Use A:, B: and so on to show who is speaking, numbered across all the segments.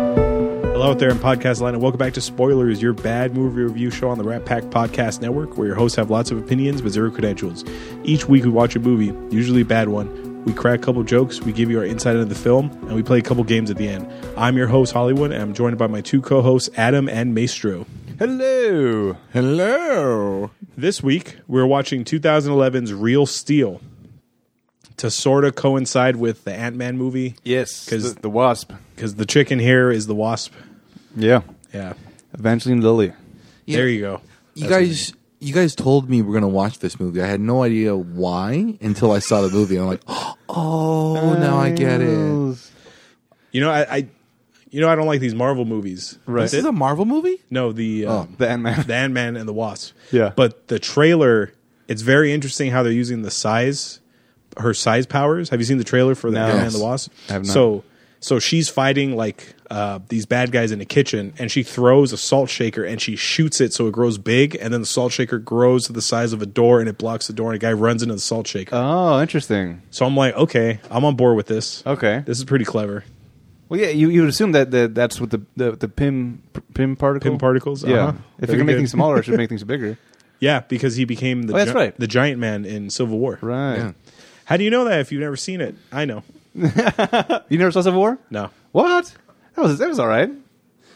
A: Hello out there in podcast land, and welcome back to Spoilers, your bad movie review show on the Rat Pack Podcast Network, where your hosts have lots of opinions but zero credentials. Each week we watch a movie, usually a bad one. We crack a couple jokes, we give you our insight into the film, and we play a couple games at the end. I'm your host Hollywood, and I'm joined by my two co-hosts Adam and Maestro.
B: Hello.
C: Hello.
A: This week we're watching 2011's Real Steel to sort of coincide with the Ant Man movie
B: Yes.
A: 'Cause-
B: the, the wasp.
A: because the chicken here is the wasp.
B: Yeah.
A: Yeah,
B: Evangeline Lilly.
C: Yeah.
A: there you go.
C: You
A: That's
C: guys you guys told me we're gonna watch this movie. I had no idea why until I saw the movie. I'm like, oh now I get it.
A: You know, I, I you know I don't like these Marvel movies.
B: Right.
C: This is a Marvel movie?
A: No, the um,
B: The Ant Man.
A: the Ant Man and the Wasp.
B: Oh, Yeah.
A: But the trailer, it's very interesting how they're using the size, her size powers. Have you seen the trailer for the Ant Man and the
C: Yes.
A: Wasp?
B: I have not.
A: So so she's fighting like uh, these bad guys in the kitchen, and she throws a salt shaker and she shoots it so it grows big, and then the salt shaker grows to the size of a door and it blocks the door, and a guy runs into the salt shaker.
B: Oh, interesting.
A: so I'm like, okay, I'm on board with this.
B: Okay.
A: This is pretty clever.
B: Well, yeah, you, you would assume that, that that's what the, the, the PIM, PIM particle?
A: Pim particles.
B: Yeah.
A: uh-huh.
B: If
A: Very
B: you can make
A: good.
B: things smaller, it should make things bigger.
A: Yeah, because he became the
B: Oh, that's
A: gi-
B: right.
A: the giant man in Civil War.
B: Right.
C: Yeah.
A: How do you know that if you've never seen it? I know.
B: You never saw Civil War?
A: No.
B: What? That was, that was all right.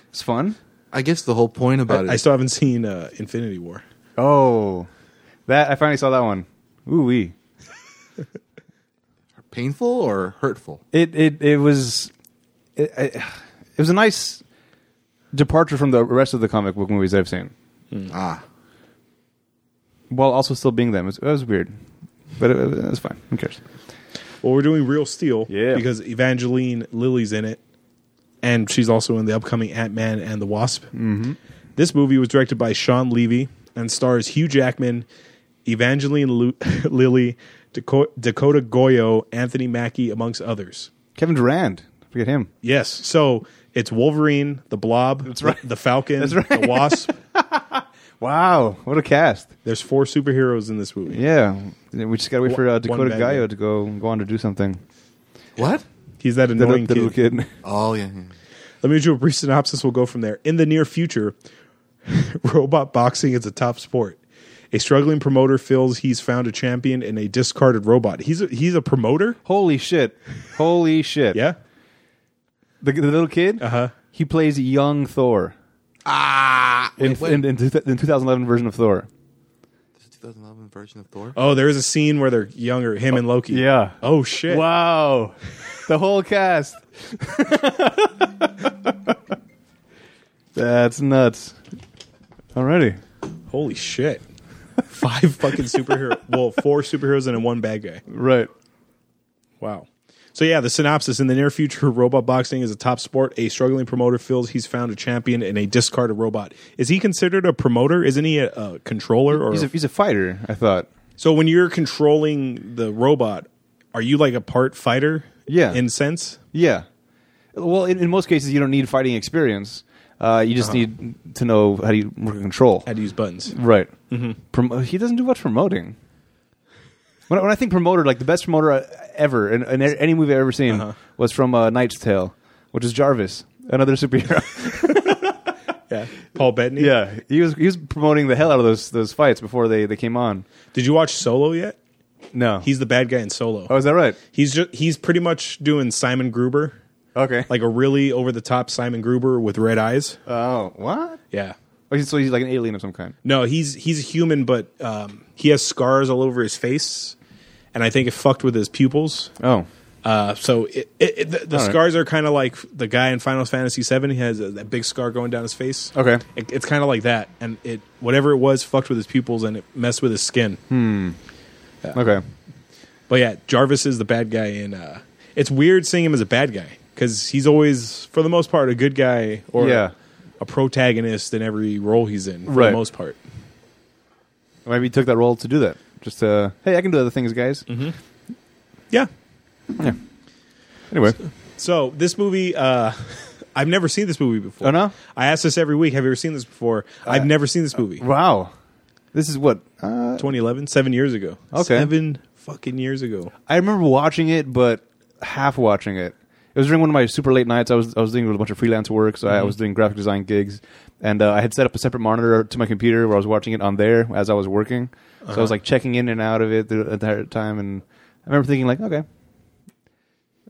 B: It's fun.
C: I guess the whole point about it.
A: I still haven't seen uh, Infinity War.
B: Oh. That I finally saw that one. Ooh wee.
C: painful or hurtful?
B: It it it was it, it, it was a nice departure from the rest of the comic book movies I've seen.
A: Hmm.
C: Ah.
B: while also still being them. It was, it was weird, but it, it was fine. Who cares?
A: Well, we're doing Real Steel
B: Yeah.
A: because Evangeline Lilly's in it, and she's also in the upcoming Ant Man and the Wasp. Mm-hmm. This movie was directed by Sean Levy and stars Hugh Jackman, Evangeline Lu- Lilly, Daco- Dakota Goyo, Anthony Mackie, amongst others.
B: Kevin Durand, forget him.
A: Yes. So it's Wolverine, the Blob,
B: right.
A: the Falcon,
B: That's right.
A: the Wasp.
B: Wow, what a cast!
A: There's four superheroes in this movie.
B: Yeah, we just gotta wait for uh,
A: One
B: Dakota
A: bad guy.
B: Gaio to go go on to do something.
C: What?
A: He's that
B: The,
A: annoying
B: little- the little
A: kid.
B: kid.
C: Oh yeah. yeah.
A: Let me do a brief synopsis. We'll go from there. In the near future, robot boxing is a top sport. A struggling promoter feels he's found a champion in a discarded robot. He's a, he's a promoter.
B: Holy shit! Holy shit!
A: Yeah.
B: the, the little kid. Uh
A: Uh-huh.
B: He plays young Thor
C: Ah
B: in
C: wait, wait.
B: in, in, two- in 2011 version of Thor.
C: There's a 2011 version of Thor.
A: Oh, there is a scene where they're younger, him and Loki.
B: yeah.
A: Oh shit.
B: Wow, the whole cast. That's nuts. Alrighty.
A: Holy shit. Five fucking superhero. well, four superheroes and then one bad guy.
B: Right.
A: Wow. So yeah, the synopsis in the near future, robot boxing is a top sport. A struggling promoter feels he's found a champion in a discarded robot. Is he considered a promoter? Isn't he a, a controller? Or
B: He's a, he's a fighter, I thought.
A: so when you're controlling the robot, are you like a part fighter?
B: Yeah.
A: In sense.
B: Yeah. Well, in, in most cases, you don't need fighting experience. Uh, you just need to know how to u- work control.
A: How to use buttons.
B: Right. Prom- he doesn't do much promoting. When, I- when I think promoter, like the best promoter uh, ever in, in a- any movie I've ever seen was from uh, Knight's Tale, which is Jarvis, another superhero.
A: Yeah. Paul Bettany.
B: yeah, he was he was promoting the hell out of those those fights before they, they came on.
A: Did you watch Solo yet?
B: No,
A: He's the bad guy in Solo.
B: oh, is that right?
A: He's just he's pretty much doing Simon Gruber,
B: Okay,
A: like a really over the top Simon Gruber with red eyes.
B: oh, what?
A: Yeah.
B: Oh, he's- so he's like an alien of some kind.
A: No, he's he's a human, but um, he has scars all over his face, and I think it fucked with his pupils.
B: Oh,
A: Uh, so it, it, it, the, the
B: All right.
A: scars are kind of like the guy in Final Fantasy VII. He has a, that big scar going down his face.
B: Okay.
A: it, it's kind of like that, and it whatever it was fucked with his pupils and it messed with his skin.
B: Hmm. okay.
A: But yeah, Jarvis is the bad guy, and uh, it's weird seeing him as a bad guy because he's always, for the most part, a good guy or
B: Yeah.
A: a protagonist in every role he's in. For
B: Right.
A: the most part,
B: Maybe he took that role to do that. Just uh, hey, I can do other things, guys.
A: yeah.
B: Anyway,
A: So this movie, uh, I've never seen this movie before.
B: Oh, no? Uh,
A: I ask this every week. Have you ever seen this before? I've never seen this movie.
B: wow, this is what uh,
A: 2011, seven years ago.
B: Okay.
A: seven fucking years ago.
B: I remember watching it, but half watching it, It was during one of my super late nights. I was I was doing a bunch of freelance work, so I was doing graphic design gigs, and uh, I had set up a separate monitor to my computer where I was watching it on there as I was working. So I was like checking in and out of it the the entire time, and I remember thinking like, okay,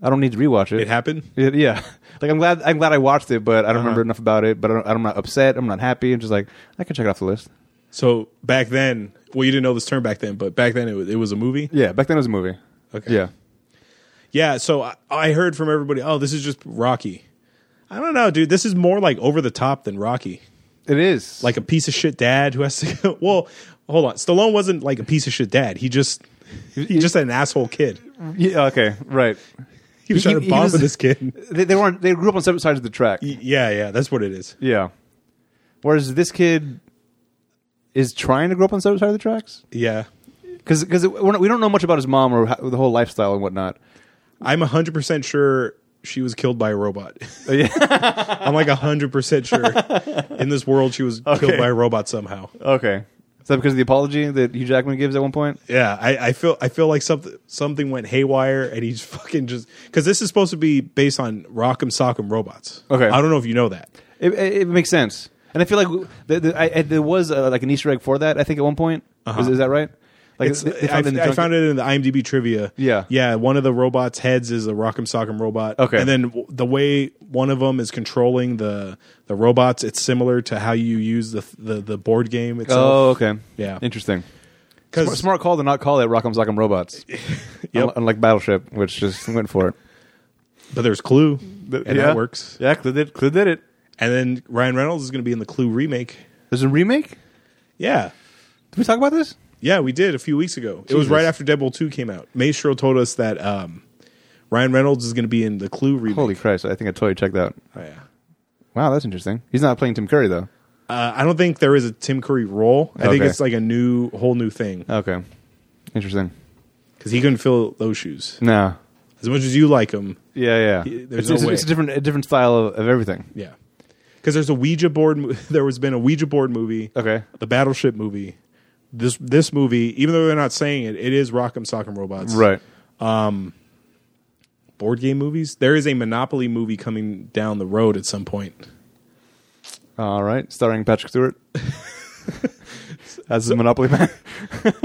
B: I don't need to rewatch it. Uh-huh.
A: It happened.
B: Yeah, yeah. Like I'm glad I'm glad I watched it, but I don't remember enough about it. But I don't, I'm not upset. I'm not happy. I'm just like I can check it off the list.
A: So back then, well, you didn't know this term back then, but back then it was, it was a movie.
B: Yeah, back then it was a movie.
A: Okay.
B: Yeah.
A: Yeah, so I, I heard from everybody, oh, this is just Rocky. I don't know, dude. This is more like over the top than Rocky.
B: It is
A: Like a piece of shit dad who has to. well, hold on. Stallone wasn't like a piece of shit dad. He just he just had an asshole kid.
B: yeah, okay, right.
A: He was
B: He-
A: trying to
B: he
A: bond
B: was-
A: with this kid.
B: They, they weren't. They grew up on separate sides of the track.
A: Yeah, yeah, that's what it is.
B: Yeah. Whereas this kid is trying to grow up on separate sides of the tracks
A: Yeah,
B: because we don't know much about his mom or how, the whole lifestyle and whatnot.
A: I'm hundred percent sure she was killed by a robot.
B: Oh, yeah.
A: I'm like hundred percent sure in this world she was
B: Okay.
A: killed by a robot somehow.
B: okay. Is that because of the apology that Hugh Jackman gives at one point?
A: Yeah, I, I feel I feel like something something went haywire, and he's fucking just because this is supposed to be based on Rock'em Sock'em robots.
B: Okay.
A: I don't know if you know that.
B: It, it, it makes sense, and I feel like w- the, the, I, I, there was uh like an Easter egg for that. I think at one point is, is that right?
A: Uh-huh.
B: Like
A: It's,
B: they- they
A: I,
B: it in the
A: I
B: junk-
A: found it in the IMDb trivia.
B: Yeah.
A: yeah. One of the robots' heads is a Rock'em Sock'em robot.
B: Okay.
A: and then w- the way one of them is controlling the the robots, it's similar to how you use the the, the board game
B: Oh,
A: itself.
B: okay.
A: Yeah.
B: interesting.
A: because
B: Smart, smart call to not call it Rock'em Sock'em Robots, Un- unlike Battleship, which just went for it.
A: but there's Clue, and
B: yeah.
A: that works.
B: Yeah, Clue did, Clue did it.
A: And then Ryan Reynolds is going to be in the Clue remake.
B: There's a remake. Did
A: Yeah,
B: we talk about this?
A: Yeah, we did a few weeks ago. It was
B: Jesus.
A: right after Deadpool 2 came out. Maestro told us that um, Ryan Reynolds is going to be in the Clue remake.
B: Holy Christ! I think I totally checked that.
A: Oh, yeah.
B: Wow, that's interesting. He's not playing Tim Curry though.
A: Uh, I don't think there is a Tim Curry role. I think
B: Okay.
A: it's like a new, whole new thing
B: Okay, interesting.
A: because he couldn't fill those shoes.
B: No.
A: As much as you like him,
B: Yeah, yeah.
A: Y- there's
B: it's,
A: no
B: it's-
A: way.
B: it's a different, a different style of, of everything.
A: yeah. Because there's a Ouija board. mo- There has been a Ouija board movie.
B: Okay.
A: The Battleship movie. This this movie, even though they're not saying it, it is Rock'em Sock'em Robots.
B: Right.
A: Board game movies. There is a Monopoly movie coming down the road at some point.
B: All right, starring Patrick Stewart as the Monopoly man.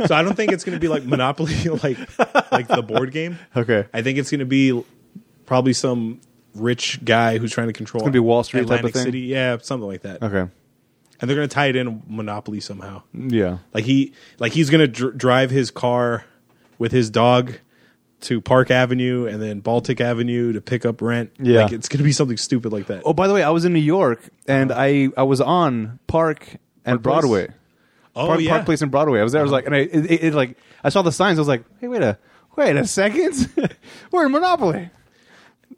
A: So I don't think it's going to be like Monopoly, like like the board game.
B: Okay.
A: I think it's going to be probably some rich guy who's trying to control. It's
B: gonna be Wall Street type of
A: Atlantic
B: thing?
A: City, yeah, something like that.
B: Okay.
A: And they're going to tie it in Monopoly somehow.
B: Yeah.
A: Like he, like he's going to dr- drive his car with his dog to Park Avenue and then Baltic Avenue to pick up rent.
B: Yeah.
A: like it's going to be something stupid like that.
B: Oh, by the way, I was in New York and I I was on Uh-huh. Park and
A: Park Place?
B: Broadway.
A: Oh,
B: Park,
A: yeah. Uh-huh.
B: Park Place and Broadway. I was there. I was like, and I it, it, it, like I saw the signs. I was like, hey, wait a wait a second, we're in Monopoly.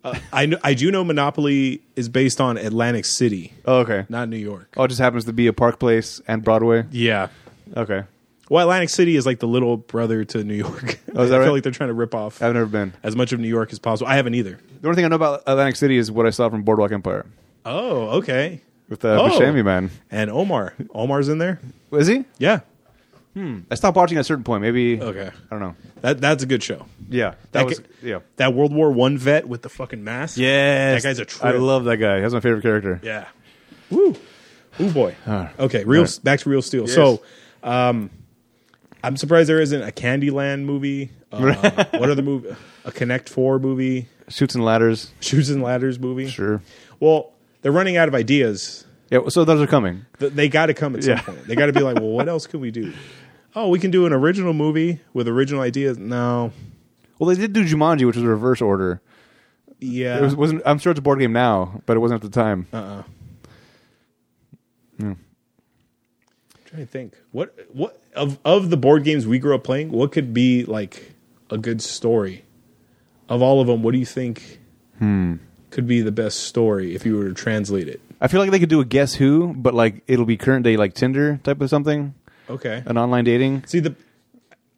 A: I kn- I do know Monopoly is based on Atlantic City,
B: Oh, okay.
A: not New York.
B: Oh, it just happens to be a Park Place and Broadway.
A: Yeah.
B: Okay.
A: Well, Atlantic City is like the little brother to New York.
B: Oh, is that
A: I
B: right?
A: feel like they're trying to rip off
B: I've never been.
A: as much of New York as possible. I haven't either.
B: The only thing I know about Atlantic City is what I saw from Boardwalk Empire
A: Oh, okay.
B: with uh,
A: Oh.
B: Buscemi, man.
A: And Omar. Omar's in there?
B: Was he?
A: Yeah.
B: I stopped watching at a certain point. Maybe.
A: Okay.
B: I don't know.
A: That that's a good show.
B: Yeah, that,
A: That
B: was
A: ca-
B: yeah.
A: That World War One vet with the fucking mask.
B: Yeah,
A: That guy's a trip.
B: I love that guy. That's my favorite character.
A: Yeah. Woo. Ooh boy. Okay, real back to real steel.
B: Yes.
A: So um I'm surprised there isn't a Candyland movie. Uh, what other movie? A Connect Four movie,
B: Shoots and ladders.
A: Shoes and Ladders movie.
B: Sure.
A: Well, they're running out of ideas.
B: Yeah. So those are coming.
A: Th- they got to come at some
B: Yeah.
A: point. They got to be like, well, what else can we do? Oh, we can do an original movie with original ideas. No,
B: Well, they did do Jumanji, which was reverse order.
A: yeah,
B: It was, wasn't. I'm sure it's a board game now, but it wasn't at the time.
A: Uh. I'm trying to think what what of of the board games we grew up playing. What could be like a good story of all of them? What do you think could be the best story if you were to translate it?
B: I feel like they could do a Guess Who, but like it'll be current day, like Tinder type of something,
A: Okay,
B: an online dating.
A: See the,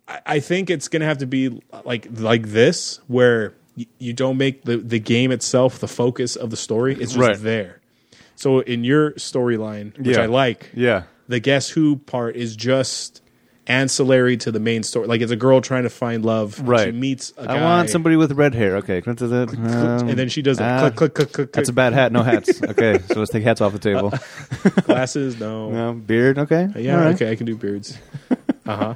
A: I, I think it's gonna have to be like like this where y- you don't make the the game itself the focus of the story. It's just
B: Right.
A: there. So in your storyline, which
B: Yeah.
A: I like,
B: Yeah.
A: the guess who part is just ancillary to the main story. Like it's a girl trying to find love. and She
B: Right.
A: meets a guy.
B: I want somebody with red hair. Okay. And
A: And
B: then
A: then she does that. click, click, click, click,
B: um, ah, That's a
A: click.
B: bad hat. No hats. Okay. So let's take hats off the table.
A: Glasses, no.
B: No, beard. Okay.
A: Uh, Yeah,
B: All right.
A: okay, I can do beards. Uh huh.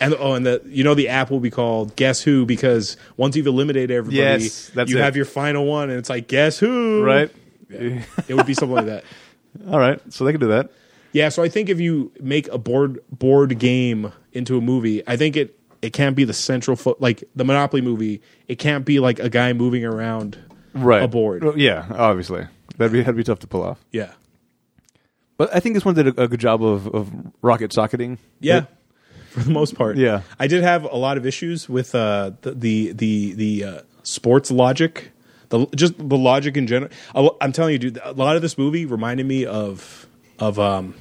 A: And oh, and the you know the app will be called Guess Who because once you've eliminated everybody,
B: Yes, that's
A: you
B: it.
A: have your final one, and it's like Guess Who,
B: Right.
A: It would be something like that.
B: All right. So they can do that.
A: Yeah, so I think if you make a board board game into a movie, I think it it can't be the central fo- like the Monopoly movie. It can't be like a guy moving around
B: Right.
A: a board.
B: Well, Yeah. Obviously. That'd be, that'd be tough to pull off.
A: Yeah,
B: But I think this one did a, a good job of, of rocket socketing.
A: yeah.
B: It-
A: for the most part,
B: Yeah.
A: I did have a lot of issues with uh, the the the, the uh, sports logic, the just the logic in general. A lo- I'm telling you, dude, a lot of this movie reminded me of of um,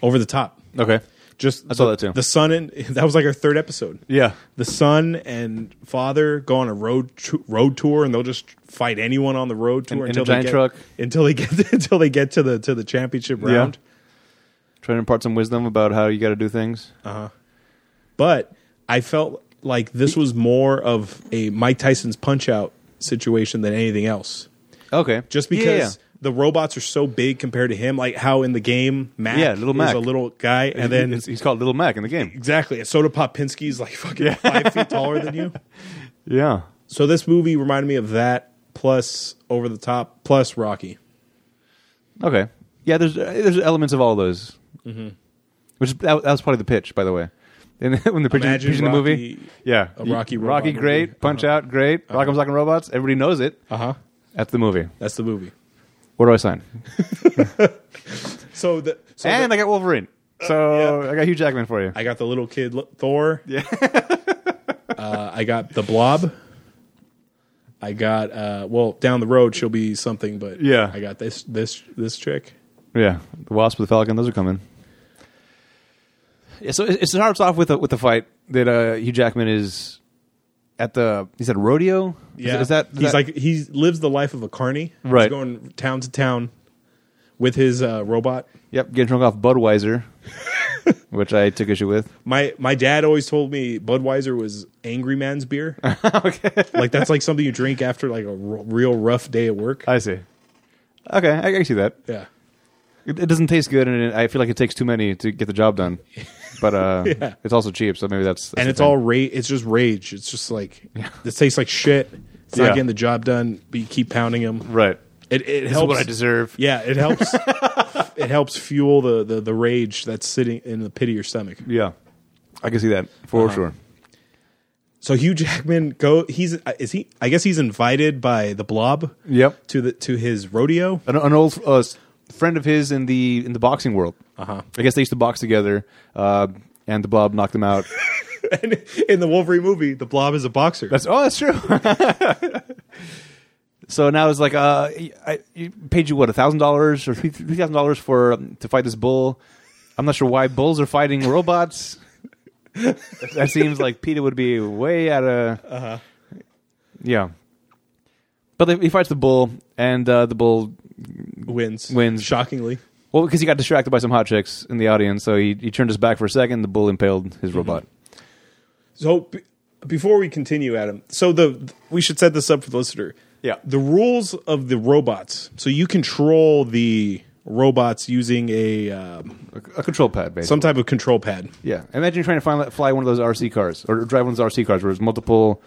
A: over the top.
B: okay.
A: Just
B: I saw
A: the-
B: that too.
A: The son and that was like our third episode.
B: Yeah.
A: the son and father go on a road tr- road tour and they'll just fight anyone on the road tour
B: In- in
A: until
B: a giant
A: they get,
B: truck.
A: until they get until they get to the to the championship
B: Yeah.
A: round.
B: Trying to impart some wisdom about how you got to do things.
A: But I felt like this was more of a Mike Tyson's punch out situation than anything else.
B: Okay.
A: Just
B: Yeah,
A: because
B: yeah.
A: the robots are so big compared to him, like how in the game Mac
B: Yeah, little
A: he was
B: Mac.
A: a little guy and then
B: It's- he's called Little Mac in the game.
A: exactly and Soda Pop Pinsky's like fucking five feet taller than you.
B: Yeah.
A: So this movie reminded me of that plus over the top plus Rocky.
B: Okay. Yeah, there's uh, there's elements of all those,
A: Mm-hmm.
B: which is- that, that was probably the pitch, by the way. And when the pitch
A: Imagine
B: pitching the movie,
A: Rocky-
B: yeah,
A: a Rocky robot
B: Rocky,
A: movie. Uh-huh.
B: great, Punch Out, great, Rock'em Sock'em Robots, everybody knows it.
A: Uh huh.
B: That's the movie.
A: That's the movie.
B: Where do I sign?
A: So the so
B: and
A: the- Uh,
B: I got Wolverine, so I got Hugh Jackman for you.
A: I got the little kid Lo- Thor. Yeah. uh, I got the Blob. I got uh, well down the road she'll be something, but
B: Yeah.
A: I got this this this chick.
B: Yeah, the Wasp, the Falcon, those are coming. Yeah, so it, it starts off with a, with the fight that uh, Hugh Jackman is at the he's at a rodeo. Is-
A: Yeah,
B: is, that
A: he's like he lives the life of a carny. he's
B: Right.
A: going town to town with his uh, robot.
B: Yep, getting drunk off Budweiser, which I took issue with.
A: My my dad always told me Budweiser was angry man's beer. like that's like something you drink after like a r- real rough day at work.
B: I see. Okay, I, I can see that.
A: yeah.
B: It, it doesn't taste good, and it, I feel like it takes too many to get the job done. But uh,
A: Yeah.
B: it's also cheap, so maybe that's, that's
A: and
B: the
A: it's
B: thing.
A: all ra- it's just rage. It's just like this tastes like shit. It's
B: Yeah.
A: not getting the job done, but you keep pounding them.
B: right.
A: It it
B: This is
A: helps.
B: what I deserve.
A: Yeah, it helps. it helps fuel the, the the rage that's sitting in the pit of your stomach.
B: Yeah, I can see that for
A: Uh-huh.
B: sure.
A: So Hugh Jackman go. He's is he? I guess he's invited by the Blob.
B: Yep.
A: To the to his rodeo.
B: An, an old uh, s- friend of his in the in the boxing world.
A: Uh-huh.
B: I guess they used to box together, uh, and the Blob knocked him out.
A: And in the Wolverine movie, the Blob is a boxer.
B: That's oh, that's true. so now it's like uh, I, I paid you what a thousand dollars or three thousand dollars for um, to fight this bull. I'm not sure why bulls are fighting robots. that seems like Peter would be way out of uh-huh. yeah. But they- he fights the bull, and uh, the bull
A: wins.
B: Wins.
A: shockingly.
B: well because he got distracted by some hot chicks in the audience, so he, he turned his back for a second. The bull impaled his robot.
A: So b- before we continue, Adam, so the we should set this up for the listener.
B: Yeah.
A: The rules of the robots. So you control the robots using a um,
B: A, a control pad, basically.
A: some type of control pad.
B: Yeah, imagine trying to find, fly one of those RC cars or drive one of those RC cars where there's multiple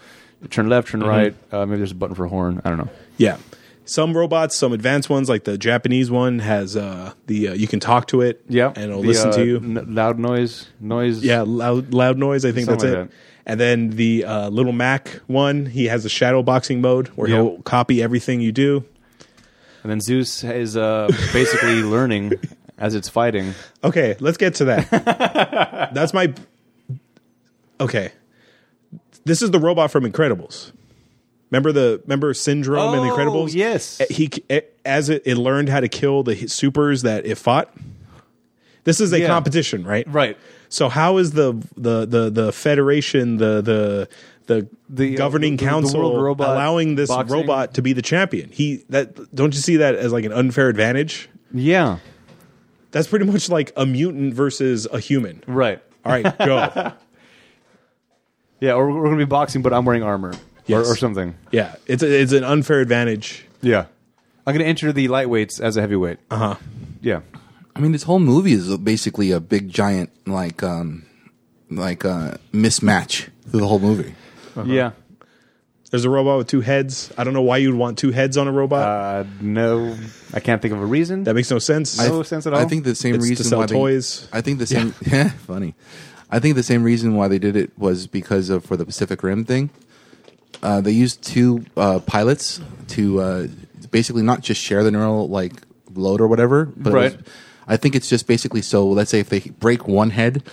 B: turn left, turn right. Uh, maybe there's a button for a horn. I don't know.
A: Yeah. Some robots, some advanced ones, like the Japanese one has uh, the uh, you can talk to it. And it'll
B: The,
A: listen
B: uh,
A: to you.
B: n- loud noise, noise.
A: yeah, loud loud noise. I think that's
B: Something
A: it.
B: like that.
A: And then the uh, little Mac one, he has a shadow boxing mode where
B: Yeah.
A: he'll copy everything you do.
B: And then Zeus is uh, basically learning as it's fighting.
A: Okay, let's get to that. That's my. Okay, this is the robot from Incredibles. Remember the remember Syndrome in
B: Oh,
A: Incredibles?
B: yes.
A: Eh, he eh, as it, it learned how to kill the supers that it fought. This is a
B: Yeah.
A: competition, right?
B: Right.
A: So how is the the the the Federation the the the,
B: The, uh,
A: governing
B: the- the
A: council
B: world robot
A: allowing this
B: boxing?
A: robot to be the champion? He that don't you see that as like an unfair advantage?
B: Yeah.
A: That's pretty much like a mutant versus a human.
B: Right.
A: All right, go.
B: Yeah, or we're, we're gonna be boxing, but I'm wearing armor
A: Yes.
B: or, or something.
A: yeah, it's a, it's an unfair advantage.
B: Yeah, I'm gonna enter the lightweights as a heavyweight. Uh
A: Uh-huh.
B: huh. Yeah.
C: I mean, this whole movie is basically a big giant like um like uh mismatch through the whole movie.
B: Yeah.
A: There's a robot with two heads. I don't know why you'd want two heads on a robot.
B: Uh, no, I can't think of a reason.
A: that makes no sense.
B: I- No sense at
C: I
B: all.
C: think the same
A: It's to
C: reason
A: sell
C: why they-
A: toys.
C: I think the same. Yeah, funny. I think the same reason why they did it was because of for the Pacific Rim thing. Uh, they used two uh, pilots to uh, basically not just share the neural like load or whatever, but it was-
B: Right.
C: I think it's just basically so. Let's say if they break one head,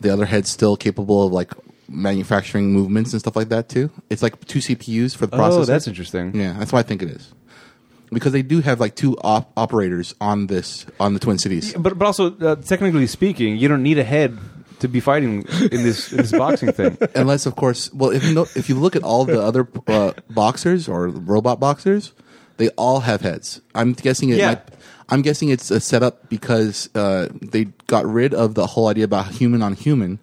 C: the other head's still capable of like manufacturing movements and stuff like that too. It's like two CPUs for the processor.
B: oh, that's interesting.
C: Yeah, that's why I think it is. Because they do have like two op- operators on this on the Twin Cities.
B: But but also, uh, technically speaking, you don't need a head to be fighting in this in this boxing thing.
C: Unless, of course, well, if you know, if you look at all the other uh, boxers or robot boxers, they all have heads. I'm guessing it.
B: Yeah.
C: Might, I'm guessing it's a setup because uh, they got rid of the whole idea about human on human,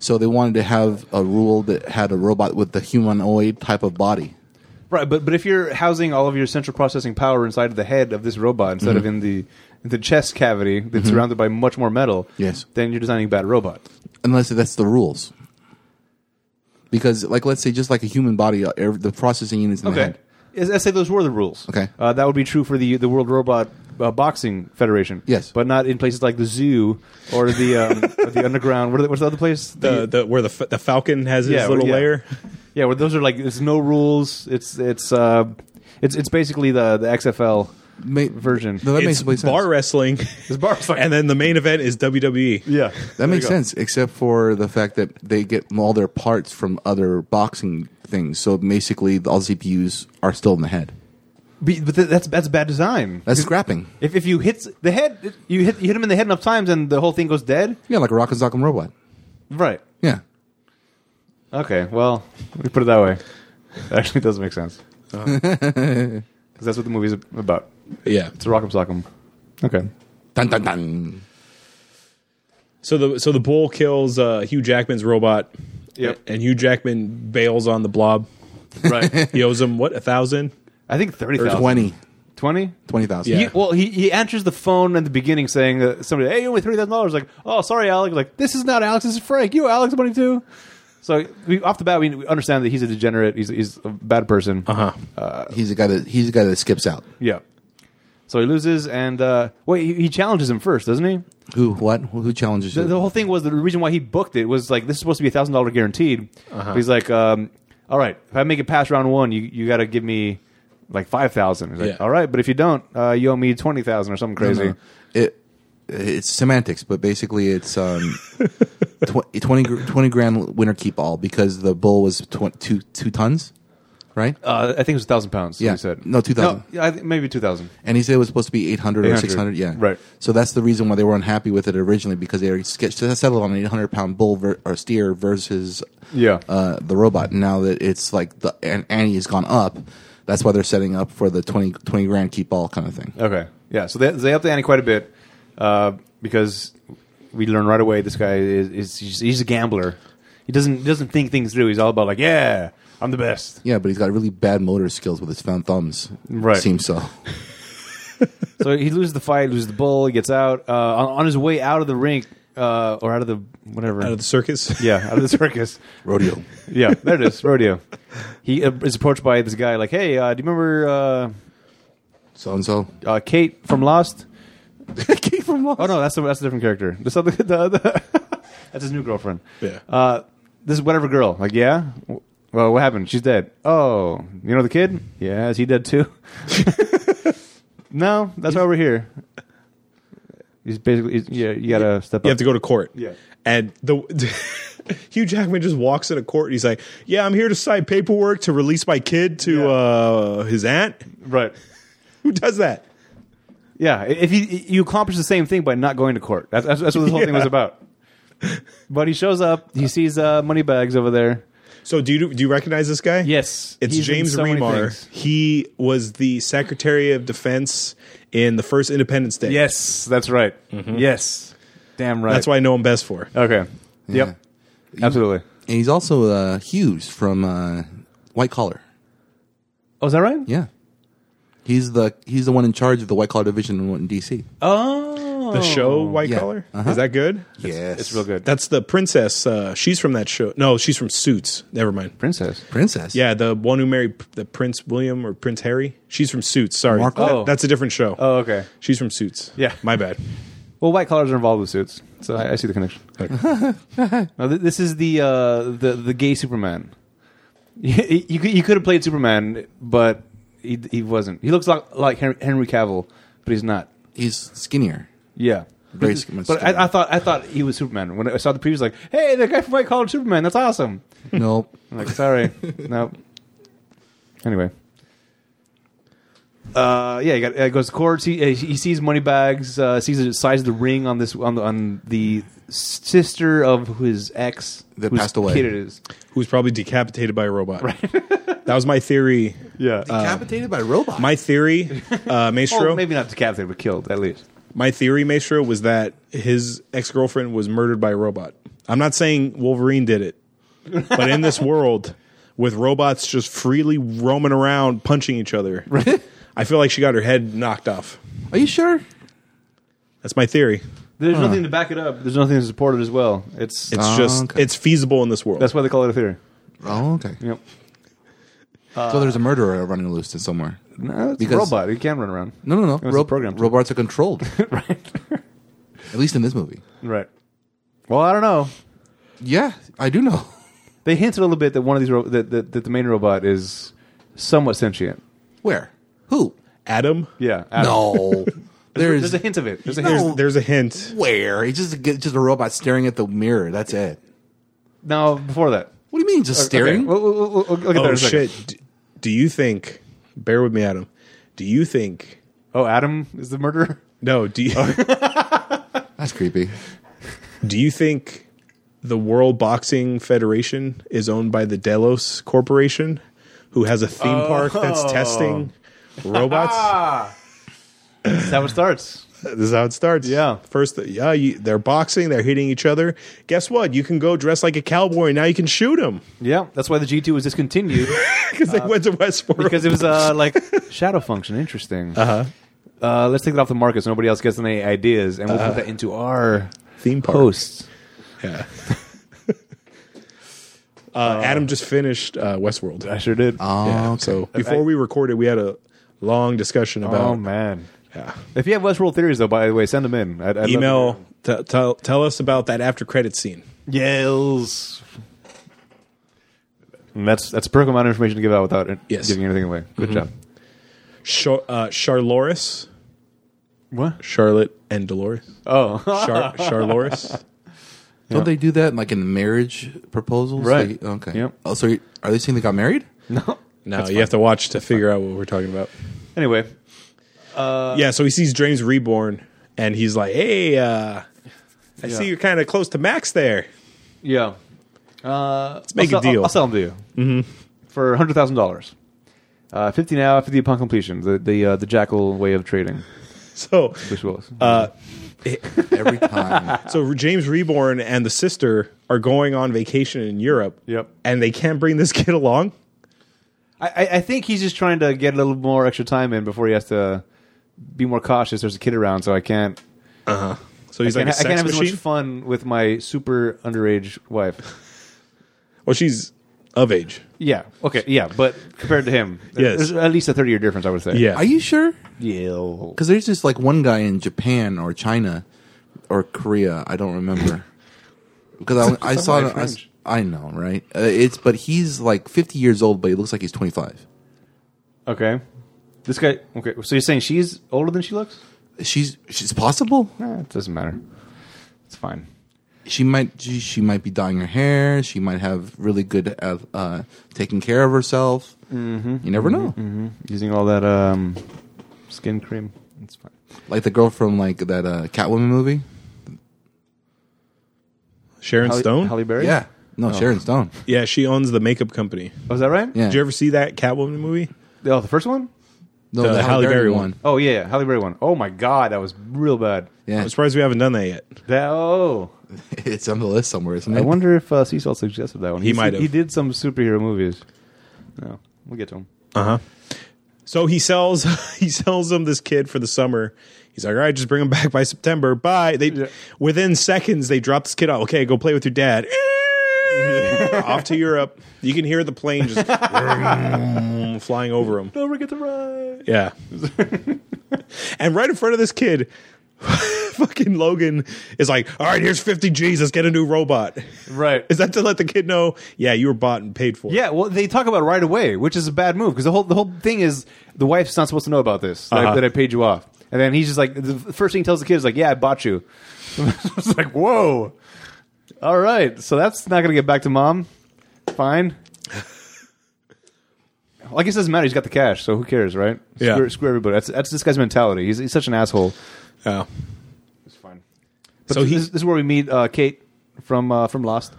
C: so they wanted to have a rule that had a robot with the humanoid type of body.
B: Right, but but if you're housing all of your central processing power inside of the head of this robot instead of in the in the chest cavity that's surrounded by much more metal,
C: Yes.
B: then you're designing a bad robot.
C: unless that's the rules. Because, like, let's say, just like a human body, uh, ev- the processing units in the head.
B: Let's let's say those were the rules.
C: Okay.
B: Uh, that would be true for the the World Robot uh, Boxing Federation.
C: Yes.
B: But not in places like the zoo or the um, or the underground. What are the, what's the other place?
A: the, the where the f- the falcon has his
B: Yeah,
A: little
B: yeah.
A: layer.
B: yeah, where those are like there's no rules. It's it's uh it's it's basically the the XFL
C: Ma-
B: version.
C: No, that makes
A: It's
C: complete sense.
A: bar wrestling,
B: It's bar fight.
A: and then the main event is E. WWE.
B: yeah.
C: that makes
B: go.
C: sense, except for the fact that they get all their parts from other boxing things. So basically, all CPUs are still in the head.
B: But, but th- that's that's bad design.
C: That's scrapping.
B: If, if you hit the head, you hit you hit him in the head enough times, and the whole thing goes dead.
C: Yeah, like a Rock and Sock'em robot.
B: Right.
C: Yeah.
B: Okay. Well, we put it that way. That actually does make sense. Uh-huh. Because that's what the movie's about.
A: Yeah.
B: It's a rock'em sock'em. Okay.
C: Dun dun dun.
A: So the so the bull kills uh, Hugh Jackman's robot.
B: Yep.
A: And Hugh Jackman bails on the blob.
B: Right.
A: He owes him what a thousand.
B: I think thirty thousand.
C: 20.
B: Twenty.
C: 20,000.
A: Yeah.
B: He, well, he, he answers the phone at the beginning saying uh, somebody, "Hey, you owe me three thousand dollars." Like, "Oh, sorry, Alex." Like, "This is not Alex. This is Frank. You owe Alex money too." So we, off the bat, we we understand that he's a degenerate. He's, he's a bad person.
A: Uh-huh.
C: He's a guy that he's a guy that skips out.
B: Yeah. So he loses, and uh, wait, he, he challenges him first, doesn't he?
C: Who? What? Who challenges
B: The,
C: you?
B: the whole thing was the reason why he booked it was like this is supposed to be a thousand dollar guaranteed.
A: Uh-huh.
B: But he's like, um, all right, if I make it past round one, you you got to give me like five thousand. He's like,
A: Yeah.
B: all right, but if you don't, uh, you owe me twenty thousand or something crazy.
C: No, no. It it's semantics, but basically it's um tw- 20, gr- 20 grand winner keep all because the bull was tw- two two tons, right?
B: Uh, I think it was thousand pounds.
C: Yeah.
B: he said
C: No, 2,000.
B: No, I think maybe two thousand.
C: And he said it was supposed to be eight hundred or
B: 800,
C: six hundred. Yeah,
B: right.
C: So that's the reason why they were unhappy with it originally because they were ske- settled on an eight hundred pound bull ver- or steer versus
B: Yeah.
C: uh, the robot. Now that it's like the and Annie has gone up, that's why they're setting up for the 20, 20 grand keep all kind of thing.
B: Okay. Yeah. So they they up the ante quite a bit uh, because we learn right away this guy is, is he's, he's a gambler. He doesn't doesn't think things through. He's all about like, yeah, I'm the best.
C: Yeah, but he's got really bad motor skills with his found thumbs.
B: Right.
C: Seems so.
B: so he loses the fight, loses the bull, he gets out. Uh, on, on his way out of the rink uh, or out of the whatever,
A: Out of the circus.
B: yeah, out of the circus.
C: Rodeo.
B: yeah, there it is, rodeo. He uh, is approached by this guy like, hey, uh, do you remember
C: So and so.
B: uh, uh, Kate from Lost?
C: King from Lost.
B: Oh no, that's a, that's a different character. This other, the other that's his new girlfriend.
A: Yeah.
B: Uh, this is whatever girl. Like, yeah. W- Well, what happened? She's dead. Oh, you know the kid? Yeah, is he dead too? no, that's why we're here. He's basically he's, yeah. You gotta step
A: You
B: up.
A: have to go to court.
B: Yeah.
A: And the Hugh Jackman just walks into court and he's like, "Yeah, I'm here to sign paperwork to release my kid to
B: Yeah.
A: uh, his aunt."
B: right.
A: Who does that?
B: Yeah. i- If you you accomplish the same thing by not going to court. That's that's, that's what this whole thing was
A: Yeah.
B: about. But he shows up. He sees uh, money bags over there.
A: So do you do you recognize this guy?
B: Yes,
A: It's
B: he's in
A: James
B: so many
A: Remar.
B: things.
A: He was the Secretary of Defense in the first Independence Day.
B: Yes, Mm-hmm. that's right. Yes, damn right.
A: That's what I know him best for.
B: Okay. Yep. Absolutely.
C: And he's also uh, Hughes from uh, White Collar.
B: Oh, is that right?
C: Yeah. He's the he's the one in charge of the White Collar division in- in DC.
B: Oh.
A: The show White
C: Yeah.
A: Collar
C: Uh-huh.
A: is that good?
C: yes,
B: It's real good.
A: That's the princess. Uh, she's from that show. No, she's from Suits. Never mind.
B: Princess.
C: Princess.
A: Yeah, the one who married p- the Prince William or Prince Harry. She's from Suits. Sorry,
C: Markle?
A: That-
B: Oh.
A: that's a different show.
B: Oh, okay.
A: She's from Suits.
B: Yeah.
A: my bad.
B: Well, white collars are involved with suits, so I, I see the connection. No, th- this is the uh, the the gay Superman. You, you, could- you could have played Superman, but he he wasn't. He looks like like Henry, Henry Cavill, but he's not.
C: He's skinnier.
B: Yeah.
C: Very
B: He's-
C: much
B: but
C: skinnier.
B: I, I thought I thought he was Superman when I saw the previews. Like, hey, the guy from White Collar Superman. That's awesome.
C: nope.
B: I'm like, sorry, no. Anyway, uh, yeah, he got, uh, goes to court. He, uh, he sees money bags. Uh, sees the size of the ring on this on the, on the sister of his ex
C: That
B: whose
C: passed away.
B: Kid it is.
A: Who's probably decapitated by a robot? that was my theory.
B: Yeah.
C: Decapitated by robot.
A: My theory, uh, Maestro.
B: well, Oh, maybe not decapitated, but killed at least.
A: my theory, Maestro, was that his ex girlfriend was murdered by a robot. I'm not saying Wolverine did it, but in this world with robots just freely roaming around punching each other, I feel like she got her head knocked off.
C: Are you sure?
A: That's my theory.
B: There's nothing to back it up. There's nothing to support it as well. It's,
A: It's
C: Oh,
A: just
C: okay.
A: it's feasible in this world.
B: that's why they call it a theory.
C: Oh, okay.
B: Yep. Uh,
C: so there's a murderer running loose in somewhere.
B: No, it's
C: Because-
B: a robot. It can run around.
C: No, no, no.
B: was programmed to.
C: robots are controlled. right. At least in this movie.
B: Right. Well, I don't know.
C: Yeah, I do know.
B: They hinted a little bit that one of these ro- that, that that the main robot is somewhat sentient.
C: Where? Who?
A: Adam.
B: Yeah.
C: No.
B: There's,
C: There's
B: a hint of it. There's a
C: No.
B: hint.
A: There's there's a hint.
C: where? It's just a, it's just a robot staring at the mirror. That's it.
B: No, before that.
C: What do you mean, just
B: Okay.
C: staring?
B: We'll, we'll, we'll, we'll get there
A: Oh
B: in a second.
A: shit! D- Do you think? Bear with me, Adam. Do you think?
B: Oh, Adam is the murderer?
A: No. Do you
C: That's creepy.
A: do you think the World Boxing Federation is owned by the Delos Corporation, who has a theme park that's testing robots?
B: That's how it starts.
A: this is how it starts.
B: Yeah.
A: First, yeah, you, they're boxing. They're hitting each other. Guess what? You can go dress like a cowboy. and Now you can shoot them
B: Yeah, that's why the G2 was discontinued
A: because they went to Westworld.
B: because it was uh, like shadow function. Interesting. Uh-huh. Uh Let's take that off the market so nobody else gets any ideas, and we'll put that into our
A: theme park.
B: posts.
A: Yeah. uh, Adam just finished uh, Westworld.
B: I sure did.
C: Oh,
A: Yeah,
C: okay.
A: So before we recorded, we had a long discussion
B: oh
A: about
B: man.
A: yeah.
B: If you have Westworld theories, though, by the way, send them in. I'd, I'd love to hear
A: email. T- tell tell us about that after credit scene.
B: Yells. And that's that's a perfect amount of information to give out without it
A: Yes.
B: giving anything away. Good job.
A: Char- uh, Charloris,
B: What?
A: Charlotte, and Dolores.
B: Oh,
A: Char- Charloris.
C: Don't they do that like in marriage proposals?
B: Right.
C: They- okay.
B: Yep.
C: Oh, so you- are they saying they got married?
B: no.
A: No, you have to watch to figure out what we're talking about.
B: Anyway,
A: yeah, so he sees James reborn, and he's like, "Hey, uh, I
B: Yeah.
A: see you're kind of close to max there."
B: yeah. Uh, Let's
A: make a
B: I'll, sell-
A: deal.
B: I'll, I'll sell them to you mm-hmm. for hundred thousand dollars. Uh, fifty now, fifty upon completion. The the uh, the jackal way of trading,
A: So uh,
B: Bruce Willis.
C: Every time.
B: Ah.
A: So James Reborn and the sister are going on vacation in Europe.
B: Yep.
A: And they can't bring this kid along.
B: I, I- I think he's just trying to get a little more extra time in before he has to be more cautious. There's a kid around, so I can't.
A: So he's
B: I
A: like
B: can't,
A: a
B: I can't
A: sex
B: have as
A: machine.
B: much fun with my super underage wife.
A: well, she's of age.
B: Yeah. Okay. Yeah. But compared to him,
A: Yes.
B: there's at least a 30 year difference, I would say.
A: Yeah.
C: Are you sure?
B: Yeah.
C: Because there's just like one guy in Japan or China or Korea. I don't remember. Because I, I saw.
B: Samurai
C: I, s-
B: French.
C: I know, right? Uh, it's but he's like 50 years old, but he looks like he's 25.
B: Okay. This guy. Okay. So you're saying she's older than she looks?
C: She's she's possible.
B: Nah, it doesn't matter. It's fine.
C: She might she, she might be dyeing her hair. She might have really good uh, uh, taking care of herself. Mm-hmm, you never know.
B: Using all that um, skin cream. It's fine.
C: Like the girl from like that uh, Catwoman movie.
A: Sharon
B: Halle-
A: Stone.
B: Halle Berry?
C: Yeah. No, Sharon Stone.
A: yeah, she owns the makeup company.
B: Oh, is that right?
C: Yeah.
A: Did you ever see that Catwoman movie?
B: Oh, the first one?
C: No,
A: The Halle Berry one.
B: Oh yeah, yeah, Halle Berry one. Oh my god, that was real bad.
C: Yeah,
A: I'm surprised we haven't done that yet.
B: That oh,
C: it's on the list somewhere, isn't it?
B: I wonder if uh, Sea Salt suggested that one.
A: He
B: He's-
A: might have.
B: He did some superhero movies. No, we'll get to him.
A: Uh huh. So he sells he sells them this kid for the summer. He's like, all right, just bring him back by September. Bye. They within seconds they drop this kid off. Okay, go play with your dad. off to Europe. You can hear the plane just flying over him.
B: Don't forget to ride.
A: Yeah. and right in front of this kid, fucking Logan is like, all right, here's 50 G's. Let's get a new robot.
B: Right.
A: Is that to let the kid know, yeah, you were bought and paid for?
B: Yeah, well, they talk about it right away, which is a bad move because the whole the whole thing is the wife's not supposed to know about this that, I,
A: Uh-huh.
B: that I paid you off, and then he's just like the first thing he tells the kid is like, "Yeah, I bought you." it's like, whoa, all right, so that's not gonna get back to mom. Fine. Well, I guess it doesn't matter. He's got the cash, so who cares, right?
A: Yeah.
B: Screw, screw everybody. That's that's this guy's mentality. He's, he's such an asshole.
A: Oh.
B: It's fine. But
A: So
B: so
A: he-
B: this, this is where we meet uh, Kate from uh, from Lost.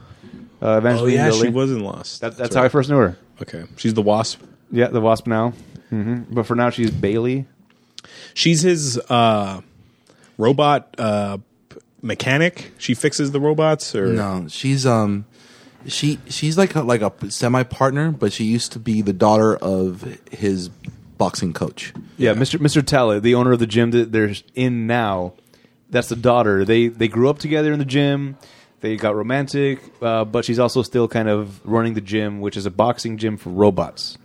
B: Uh,
A: Oh,
B: Evangeline
A: yeah, she
B: Lilly.
A: wasn't lost.
B: That, that's, how I first knew her.
A: Okay. She's the wasp.
B: Yeah, the Wasp now. hmm But for now, she's Bailey.
A: She's his uh, robot uh, p- mechanic. She fixes the robots or
C: No, she's um, she she's like a, like a semi partner, but she used to be the daughter of his boxing coach.
B: Yeah, Mr. Mr. Tallett, the owner of the gym that they're in now. That's the daughter. They they grew up together in the gym. They got romantic, uh, but she's also still kind of running the gym, which is a boxing gym for robots,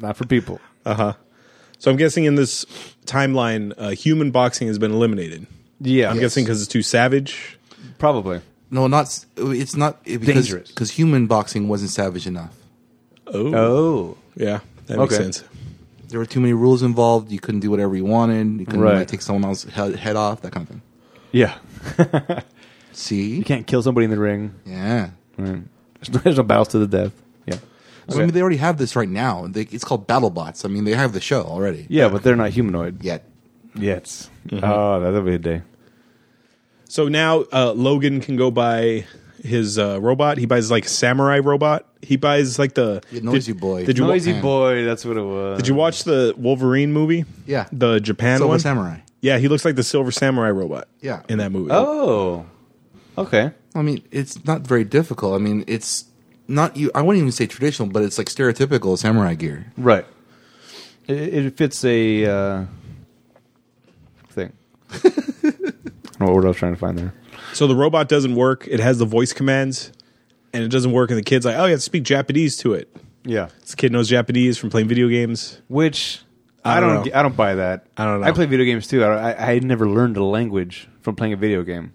B: not for people.
A: So I'm guessing in this timeline, uh, human boxing has been eliminated.
B: Yeah,
A: I'm guessing because it's too savage.
B: probably.
C: No, not s- it's not it- because
B: Dangerous.
C: because human boxing wasn't savage enough.
A: Oh,
B: Oh,
A: yeah, that makes
B: Okay.
A: sense.
C: There were too many rules involved. You couldn't do whatever you wanted. You couldn't
B: Right.
C: like, take someone else's head, head off. That kind of thing.
B: yeah.
C: See,
B: You can't kill somebody in the ring.
C: yeah.
B: There's no, there's no bows to the death. Yeah,
C: So, I mean, they already have this right now. They, it's called BattleBots. I mean, they have the show already.
B: yeah, but they're not humanoid
C: Yet.
B: yet. Oh, that'll be a day.
A: So now uh, Logan can go buy his uh, robot. He buys like samurai robot. He buys like the
C: Yeah, noisy boy.
A: Did you wa-
B: Noisy
C: Man.
B: boy, that's what it was.
A: did you watch the Wolverine movie?
C: Yeah.
A: the Japan
C: Silver
A: one.
C: Samurai.
A: Yeah, he looks like the Silver Samurai robot.
C: Yeah.
A: in that movie.
B: Oh, okay.
C: I mean, it's not very difficult. I mean, it's not you. I wouldn't even say traditional, but it's like stereotypical samurai gear.
B: Right. It, it fits a uh, thing. I don't know what word I was trying to find there.
A: So the robot doesn't work. It has the voice commands, and it doesn't work. And the kid's like, "Oh, you have to speak Japanese to it."
B: Yeah.
A: This kid knows Japanese from playing video games.
B: Which
A: I
B: I,
A: don't
B: don't.
A: know.
B: g- I don't buy that.
A: I don't know.
B: I play video games too. I, I, I never learned a language from playing a video game.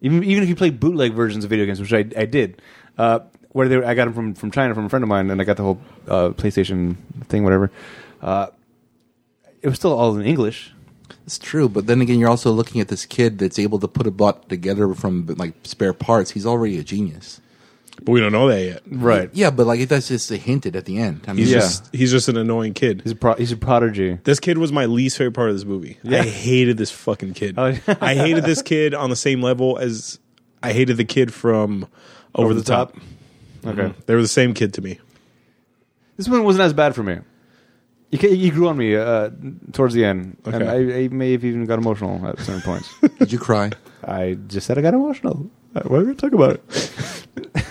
B: Even even if you play bootleg versions of video games, which I I did, uh, where they were, I got them from from China from a friend of mine, and I got the whole uh, PlayStation thing, whatever. Uh, it was still all in English.
C: It's true, but then again, you're also looking at this kid that's able to put a bot together from like spare parts. He's already a genius.
A: But we don't know that yet.
B: Right.
C: Yeah, but like that's just hinted at the end. I mean,
A: He's
B: Yeah.
A: just he's just an annoying kid.
B: He's a pro- he's a prodigy.
A: This kid was my least favorite part of this movie. I hated this fucking kid.
B: Oh, yeah.
A: I hated this kid on the same level as I hated the kid from Over, the,
B: the
A: top. Mm-hmm.
B: Top? Mm-hmm. Okay.
A: They were the same kid to me.
B: This one wasn't as bad for me. You, ca- you grew on me uh, towards the end, and
A: Okay.
B: I, I may have even got emotional at certain points.
C: did you cry?
B: I just said I got emotional. Uh, Why are we going to talk about it?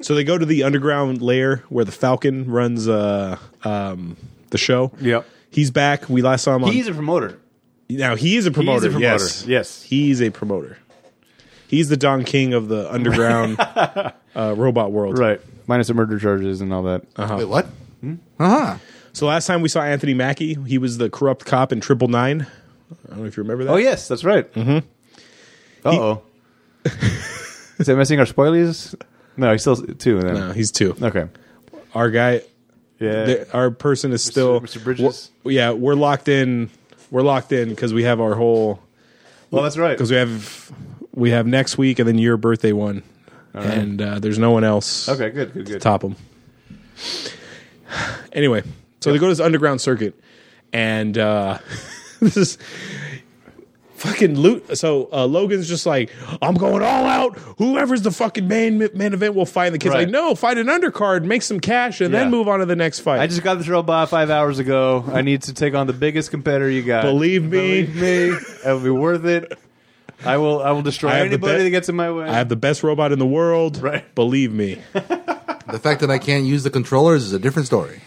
A: So they go to the underground lair where the Falcon runs uh, um, the show.
B: Yep.
A: He's back. We last saw him on.
B: He's a promoter.
A: now he is a promoter.
B: promoter,
A: Yes.
B: yes.
A: He's a promoter. He's the Don King of the underground uh, robot world.
B: Right. Minus the murder charges and all that.
A: Uh-huh.
C: Wait, what?
B: Hmm?
C: Uh huh.
A: So last time we saw Anthony Mackie, he was the corrupt cop in Triple Nine. I don't know if you remember that.
B: Oh, yes, that's right. Mm-hmm. Uh-oh. Mm-hmm. Is that missing our spoilies? No, he's still two. Then.
A: No, he's two.
B: Okay.
A: Our guy,
B: Yeah.
A: the, our person is still
B: Mr. Bridges?
A: We're- yeah, we're locked in. We're locked in because we have our whole
B: well, that's right.
A: because we have we have next week and then your birthday one, and uh, there's no one else.
B: Okay, good, good, good.
A: top them. Anyway, so they go to this underground circuit, and uh, this is fucking loot. So uh, Logan's just like, I'm going all out. Whoever's the fucking main main event will find the kids.
B: Right.
A: Like, no, find an undercard, make some cash, and
B: Yeah.
A: then move on to the next fight.
B: I just got this robot five hours ago. I need to take on the biggest competitor you got.
A: Believe me.
B: Believe me, it'll be worth it. I will. I will destroy
A: I have the
B: anybody
A: bet-
B: that gets in my way.
A: I have the best robot in the world.
B: Right.
A: Believe me.
C: The fact that I can't use the controllers is a different story.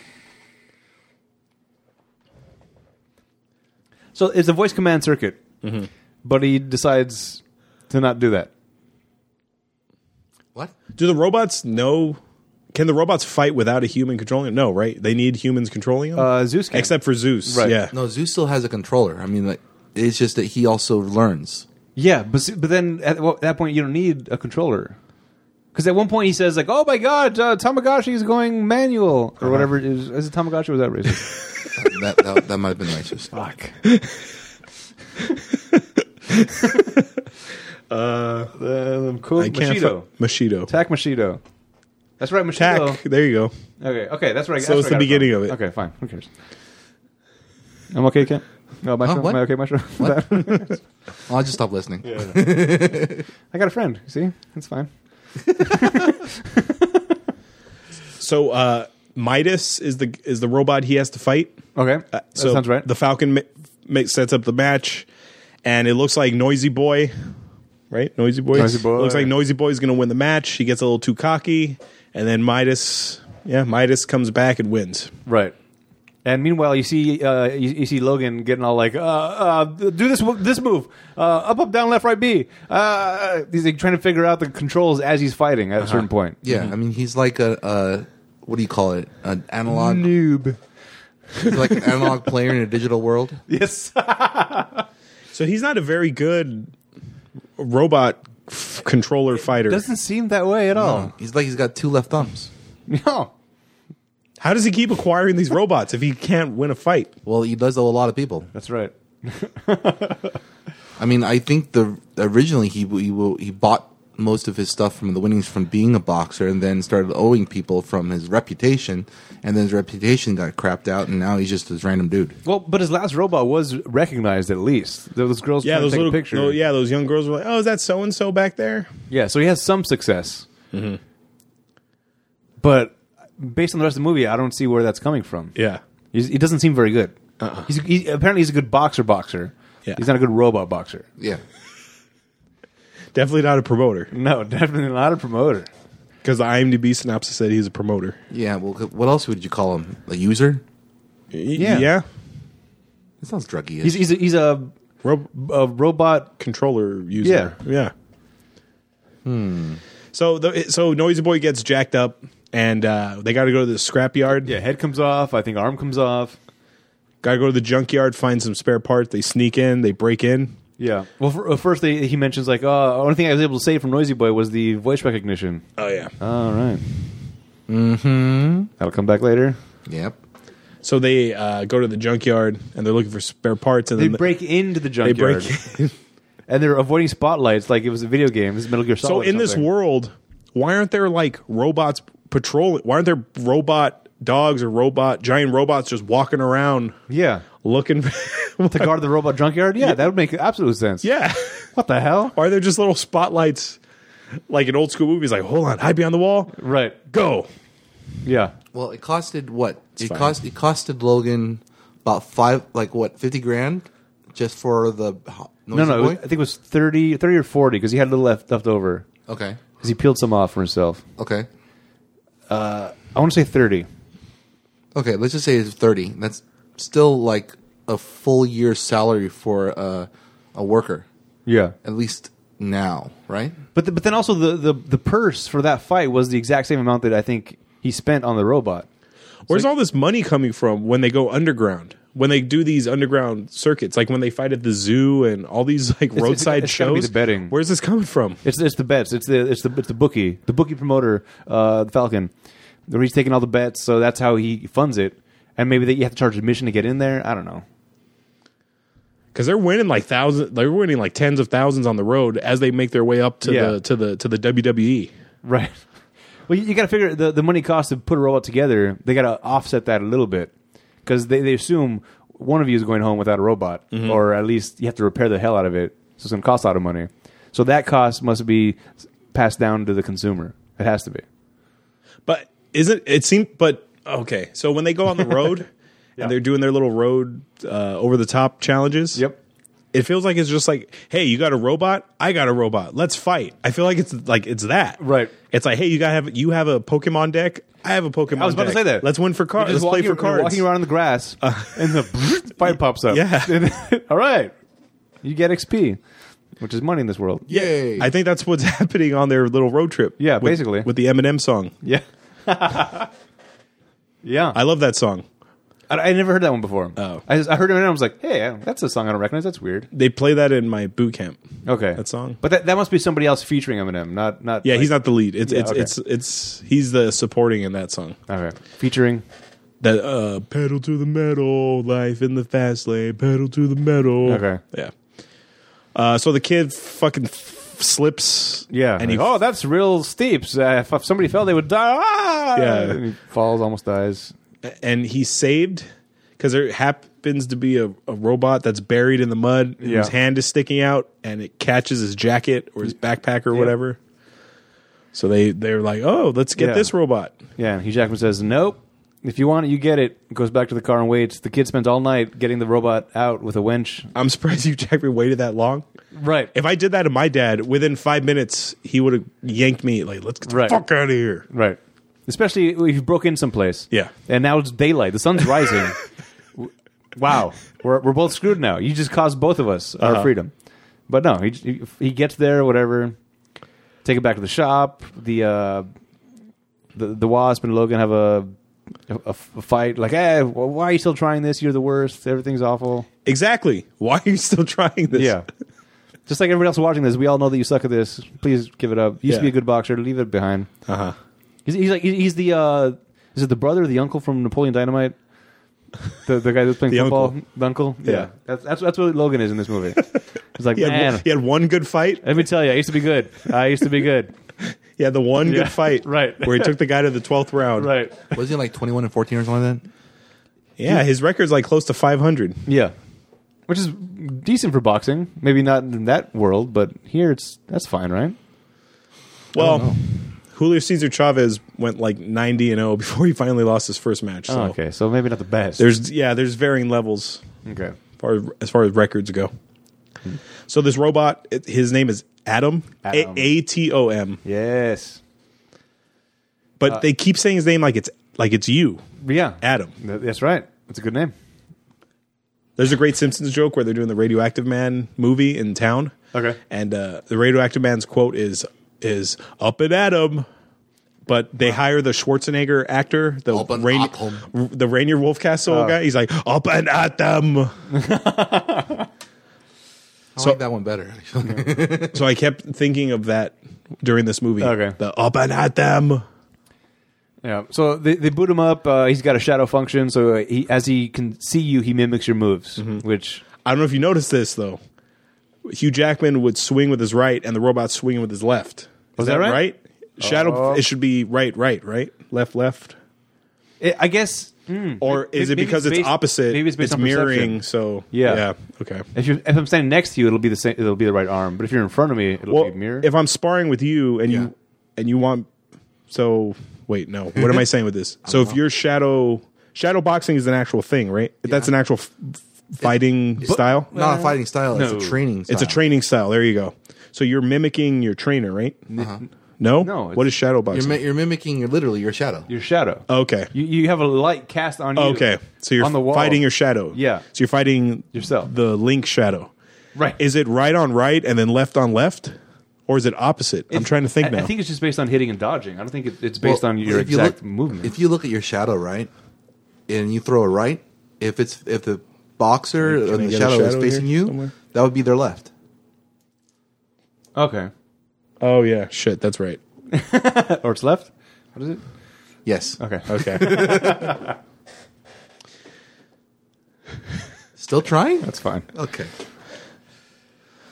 B: so it's a voice command circuit,
A: Mm-hmm.
B: but he decides to not do that.
C: What?
A: Do the robots know? Can the robots fight without a human controlling them? No, right? They need humans controlling them.
B: Uh, Zeus can.
A: Except for Zeus.
B: Right.
A: Yeah.
C: No, Zeus still has a controller. I mean, like, it's just that he also learns.
B: yeah, but s- but then at well, that point you don't need a controller. Because at one point he says like, "Oh my God, uh, Tamagotchi is going manual
A: Uh-huh.
B: or whatever it is." Is it Tamagotchi or was that racist?
C: That that, that might have been racist.
B: Fuck. uh, cool.
A: I can't
B: Machido.
A: fu- Machido.
B: Attack Machido. That's right, Machido.
A: Tack. There you go.
B: Okay, okay, that's right.
A: So it's the beginning of it.
B: Okay, fine. Who cares? I'm okay, Ken. No, my
C: Huh,
B: show.
C: what?
B: Am I okay, my show?
C: I'll just stop listening.
B: I got a friend. See, it's fine.
A: So uh, Midas is the is the robot he has to fight.
B: Okay,
A: Uh,
B: that sounds right.
A: The Falcon ma- ma- sets up the match, and it looks like Noisy Boy, right? Noisy Boy.
B: Noisy Boy.
A: Looks like Noisy Boy is going to win the match. He gets a little too cocky, and then Midas, yeah, Midas comes back and wins.
B: right. And meanwhile, you see, uh, you, you see Logan getting all like, uh, uh, "Do this, mo- this move, uh, up, up, down, left, right, B." Uh, he's like trying to figure out the controls as he's fighting
A: Uh-huh.
B: at a certain point.
C: Yeah, I mean, he's like a, a what do you call it? An analog,
B: Noob.
C: he's like an analog player in a digital world.
B: Yes.
A: So he's not a very good robot f- controller fighter.
B: Doesn't seem that way at all.
C: He's like he's got two left thumbs.
B: No.
A: How does he keep acquiring these robots if he can't win a fight?
C: Well, he does owe a lot of people.
B: That's right.
C: I mean, I think the originally he he wo- he bought most of his stuff from the winnings from being a boxer, and then started owing people from his reputation, and then his reputation got crapped out, and now he's just this random dude.
B: Well, but his last robot was recognized at least. Those girls
A: Yeah,
B: trying
A: those
B: to take
A: little,
B: a picture.
A: no, yeah, those young girls were like, "Oh, is that so and so back there?"
B: Yeah, so he has some success. But based on the rest of the movie, I don't see where that's coming from.
A: Yeah,
B: He's, he doesn't seem very good. He's, he, apparently, he's a good boxer boxer.
A: Uh-uh. Yeah.
B: He's not a good robot boxer.
C: Yeah,
A: definitely not a promoter
B: No, definitely not a promoter.
A: because the IMDb synopsis said he's a promoter.
C: yeah. Well, what else would you call him? A user?
A: Yeah, yeah,
B: Yeah.
C: It sounds druggy.
B: He's, he's, a, he's a,
A: Rob-
B: a robot.
A: controller user. Yeah, yeah.
B: Hmm.
A: So the, so Noisy Boy gets jacked up, and uh, they got to go to the scrapyard.
B: Yeah, head comes off. I think arm comes off.
A: got to go to the junkyard, find some spare part. They sneak in, they break in.
B: Yeah. Well, for, uh, first they, he mentions like, "Oh, only thing I was able to save from Noisy Boy was the voice recognition."
A: Oh yeah.
B: All right. Mm-hmm.
A: Mm-hmm.
B: That'll come back later.
C: yep.
A: So they uh, go to the junkyard and they're looking for spare parts, and
B: They
A: then the-
B: break into the
A: they
B: junkyard.
A: break.
B: and they're avoiding spotlights like it was a video game. This is Metal Gear Solid.
A: So
B: or
A: in this
B: something.
A: world, why aren't there like robots patrolling? Why aren't there robot dogs or robot giant robots just walking around
B: yeah,
A: looking?
B: to guard the robot junkyard, yeah, that would make absolute sense.
A: yeah,
B: What the hell?
A: why are there just little spotlights like in old school movies? Like, hold on, hide behind the wall,
B: Right.
A: go.
B: Yeah.
C: Well, it costed what? it
A: fine.
C: cost it costed Logan about five, like what, fifty grand, just for the ho-
B: No,
C: noisy
B: no. it was-
C: Oh, boy.
B: I think it was 30, 30 or forty because he had a little left left over
C: okay,
B: because he peeled some off for himself.
C: okay,
B: I want to say thirty.
C: okay. Let's just say it's thirty. That's still like a full year's salary for a a worker,
B: Yeah.
C: at least now, right?
B: But the, but then also the, the the purse for that fight was the exact same amount that I think he spent on the robot.
A: Where's all this money coming from when they go underground? When they do these underground circuits, like when they fight at the zoo and all these like
B: it's-
A: roadside
B: it's gotta be
A: shows,
B: the betting.
A: Where's this coming from?
B: It's it's the bets. It's the it's the it's the bookie, the bookie promoter, uh, the Falcon. Where he's taking all the bets, so that's how he funds it. And maybe that you have to charge admission to get in there. I don't know.
A: because they're winning like thousands they're winning like tens of thousands on the road as they make their way up to
B: Yeah.
A: the to the to the E. WWE.
B: Right. Well, you, you got to figure the the money cost to put a robot together. They got to offset that a little bit because they they assume one of you is going home without a robot, or at least you have to repair the hell out of it. So it's going to cost a lot of money. So that cost must be s- passed down to the consumer. It has to be.
A: But isn't it seemed but okay. So when they go on the road and they're doing their little road uh, over the top challenges. It feels like it's just like, hey, you got a robot, I got a robot. Let's fight. I feel like it's like it's that.
B: Right.
A: It's like, hey, you got have you have a Pokemon deck, I have a Pokemon
B: I was about to
A: deck.
B: say that.
A: Let's win for cards.
B: You're
A: Let's
B: just
A: play
B: walking-
A: for
B: you're
A: cards.
B: Walking around in the grass, and the fire pops up.
A: Yeah.
B: And- all right, you get XP, which is money in this world.
C: Yay!
A: I think that's what's happening on their little road trip.
B: Yeah,
A: with-
B: basically.
A: With the Eminem song.
B: Yeah. yeah.
A: I love that song.
B: I, I never heard that one before.
A: Oh.
B: I, just, I heard it and I was like, hey, I- that's a song I don't recognize. That's weird.
A: They play that in my boot camp.
B: Okay.
A: That song?
B: But that, that must be somebody else featuring Eminem, not. not
A: Yeah, he's
B: like-
A: not the lead. It's
B: Yeah,
A: it's
B: okay.
A: it's it's he's the supporting in that song.
B: Okay. Featuring.
A: That uh pedal to the metal, life in the fast lane, pedal to the metal.
B: Okay.
A: Yeah. Uh so the kid fucking f- slips.
B: Yeah.
A: And he
B: oh, that's real steep. So if, if somebody fell, they would die. Ah!
A: Yeah.
B: And he falls, almost dies.
A: and he saved cuz there happens to be a, a robot that's buried in the mud and
B: Yeah.
A: whose hand is sticking out and it catches his jacket or his backpack or whatever. So they they're like, "Oh, let's get
B: Yeah.
A: this robot."
B: Yeah, and Hugh Jackman says, "Nope. If you want it, you get it." Goes back to the car and waits. The kid spends all night getting the robot out with a winch.
A: I'm surprised you Jackman waited that long.
B: Right.
A: If I did that to my dad, within five minutes, he would have yanked me. Like, let's get the
B: Right.
A: fuck out of here.
B: Right. Especially if you broke in someplace.
A: Yeah.
B: And now it's daylight. The sun's rising. W- wow. We're we're both screwed now. You just caused both of us
A: Uh-huh.
B: our freedom. But no, he he- he gets there. Whatever. Take it back to the shop. The uh, the the wasp and Logan have a. A, a fight like, hey, wh- why are you still trying this? You're the worst. Everything's awful.
A: Exactly. Why are you still trying this?
B: Yeah. Just like everybody else watching this, we all know that you suck at this. Please give it up. You used to be
A: Yeah.
B: a good boxer. Leave it behind.
A: Uh huh.
B: He's, he's like he's the uh, is it the brother, or the uncle from Napoleon Dynamite? The the guy that's playing
A: The
B: football,
A: uncle.
B: the uncle. Yeah.
A: Yeah.
B: that's that's that's what Logan is in this movie. He's like,
A: He had,
B: man,
A: one, he had one good fight.
B: let me tell you, I used to be good. I used to be good.
A: He had the one
B: Yeah.
A: good fight.
B: Right.
A: Where he took the guy to the 12th round.
B: Right.
C: Wasn't he like 21 and 14 or something like that?
A: Yeah. His record's like close to 500.
B: Yeah. Which is decent for boxing. Maybe not in that world, but here it's that's fine, right?
A: Well, Julio Cesar Chavez went like 90 and 0 before he finally lost his first match. So
B: Oh, okay, so maybe not the best.
A: There's, yeah, there's varying levels.
B: okay.
A: far as, as far as records go. So this robot, it, his name is Adam
B: Adam.
A: A T O M,
B: Yes.
A: but
B: Uh,
A: they keep saying his name like it's like it's you,
B: Yeah.
A: Adam.
B: Th- That's right. That's a good name.
A: There's a great Simpsons joke where they're doing the Radioactive Man movie in town.
B: Okay.
A: and uh, the Radioactive Man's quote is is up and Adam. But they hire the Schwarzenegger actor, the
C: Up and
A: Rain,
C: at 'em.
A: R- the Rainier Wolfcastle
B: Oh.
A: guy. He's like up and at them.
C: I
A: So-
C: like that one better. Actually.
A: So I kept thinking of that during this movie.
B: Okay.
A: the up and at them.
B: Yeah. So they, they boot him up. Uh, he's got a shadow function. So uh, he, as he can see you, he mimics your moves,
A: Mm-hmm.
B: which
A: I don't know if you noticed this though. Hugh Jackman would swing with his right, and the robot swinging with his left. Is
B: Was that right?
A: Shadow.
B: Oh.
A: It should be right, right, right, left, left.
B: eh, I- I guess. hmm,
A: Or is it
B: maybe
A: because
B: it's
A: it's,
B: based-
A: opposite?
B: maybe it's based on
A: mirroring. So
B: Yeah.
A: okay.
B: If, you if I'm standing next to you, it'll be the same. It'll be the right arm. But if you're in front of me, it'll
A: Well,
B: be mirror.
A: if I'm sparring with you and
C: Yeah.
A: you and you want, so wait, no. What am I saying with this? So
B: Uh-huh.
A: if you're shadow shadow boxing is an actual thing, right? That's an actual f- f- fighting style.
C: Not a fighting style.
B: No.
C: It's a training. Style.
A: It's a training style. There you go. So you're mimicking your trainer, right? No,
B: No,
A: What
B: it's-
A: is shadow boxing?
C: You're, mi- you're mimicking. You're literally your shadow.
B: your shadow.
A: Okay.
B: You, you have a light cast on you.
A: Oh. okay. So you're
B: on the wall.
A: fighting your shadow.
B: Yeah.
A: So you're fighting
B: Yourself.
A: the link shadow.
B: right.
A: Is it right on right and then left on left, or is it opposite? I'm trying to think
B: I,
A: now.
B: I think it's just based on hitting and dodging. I don't think it, it's based
C: Well,
B: on your
C: if you
B: exact
C: look-
B: movement.
C: If you look at your shadow right, and you throw a right, if it's if the boxer or
A: I
C: the
A: get a
C: shadow, is
A: shadow
C: facing
A: here
C: you,
A: somewhere?
C: that would be their left.
B: okay.
A: oh yeah. Shit. That's right.
B: Or it's left. What is it?
C: Yes,
B: Okay.
A: Okay.
C: still trying.
B: That's fine.
C: Okay,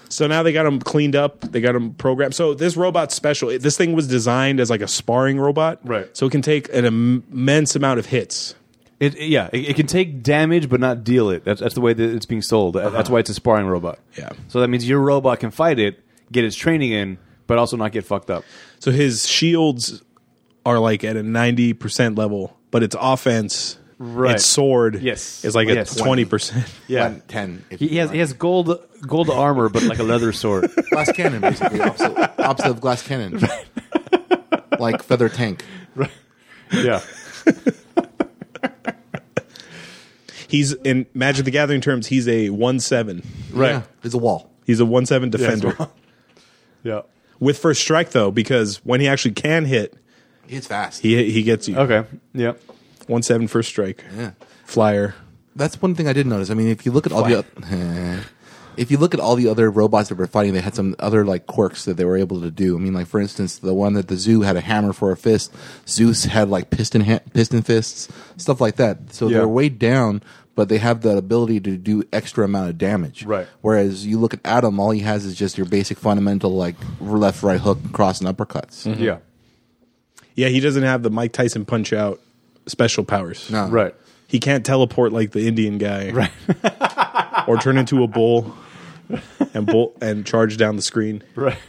A: so now they got them cleaned up. They got them programmed. So this robot's special. It- This thing was designed as like a sparring robot,
B: Right.
A: So it can take an im- immense amount of hits.
B: It, it- yeah, it, it can take damage but not deal it. That's, that's the way that it's being sold. That- That's why it's a sparring robot.
A: Yeah.
B: So that means your robot can fight it, get its training in, but also not get fucked up.
A: So his shields are like at a ninety percent level, but its offense,
B: Right.
A: its sword,
B: Yes.
A: is like at
B: Yes.
A: twenty percent.
B: Yeah.
C: One- ten. if
B: He,
C: you
B: he has
C: want.
B: he has gold gold armor, but like a leather sword.
C: glass cannon, basically. opposite, opposite of glass cannon. like feather tank.
B: yeah.
A: He's in Magic the Gathering terms. He's a one seven.
B: Right.
C: Yeah, it's a wall.
A: He's a one seven defender
B: Yeah.
A: with first strike though, because when he actually can hit,
C: It's fast.
A: he he gets you
B: Okay. Yeah.
A: one seven first strike
C: yeah.
A: flyer.
C: That's one thing I did notice. I mean, if you look at all the the if you look at all the other robots that were fighting, they had some other like quirks that they were able to do. I mean, like for instance, the one that the zoo had a hammer for a fist. Zeus had like piston ha- piston fists, stuff like that. So
B: Yeah.
C: they're way down, but they have the ability to do extra amount of damage.
B: Right.
C: Whereas you look at Adam, all he has is just your basic fundamental like left, right hook, cross, and uppercuts.
B: Yeah.
A: Yeah, he doesn't have the Mike Tyson punch out special powers.
C: No.
B: Right.
A: He can't teleport like the Indian guy, right? or turn into a bull and bull and charge down the screen.
B: Right.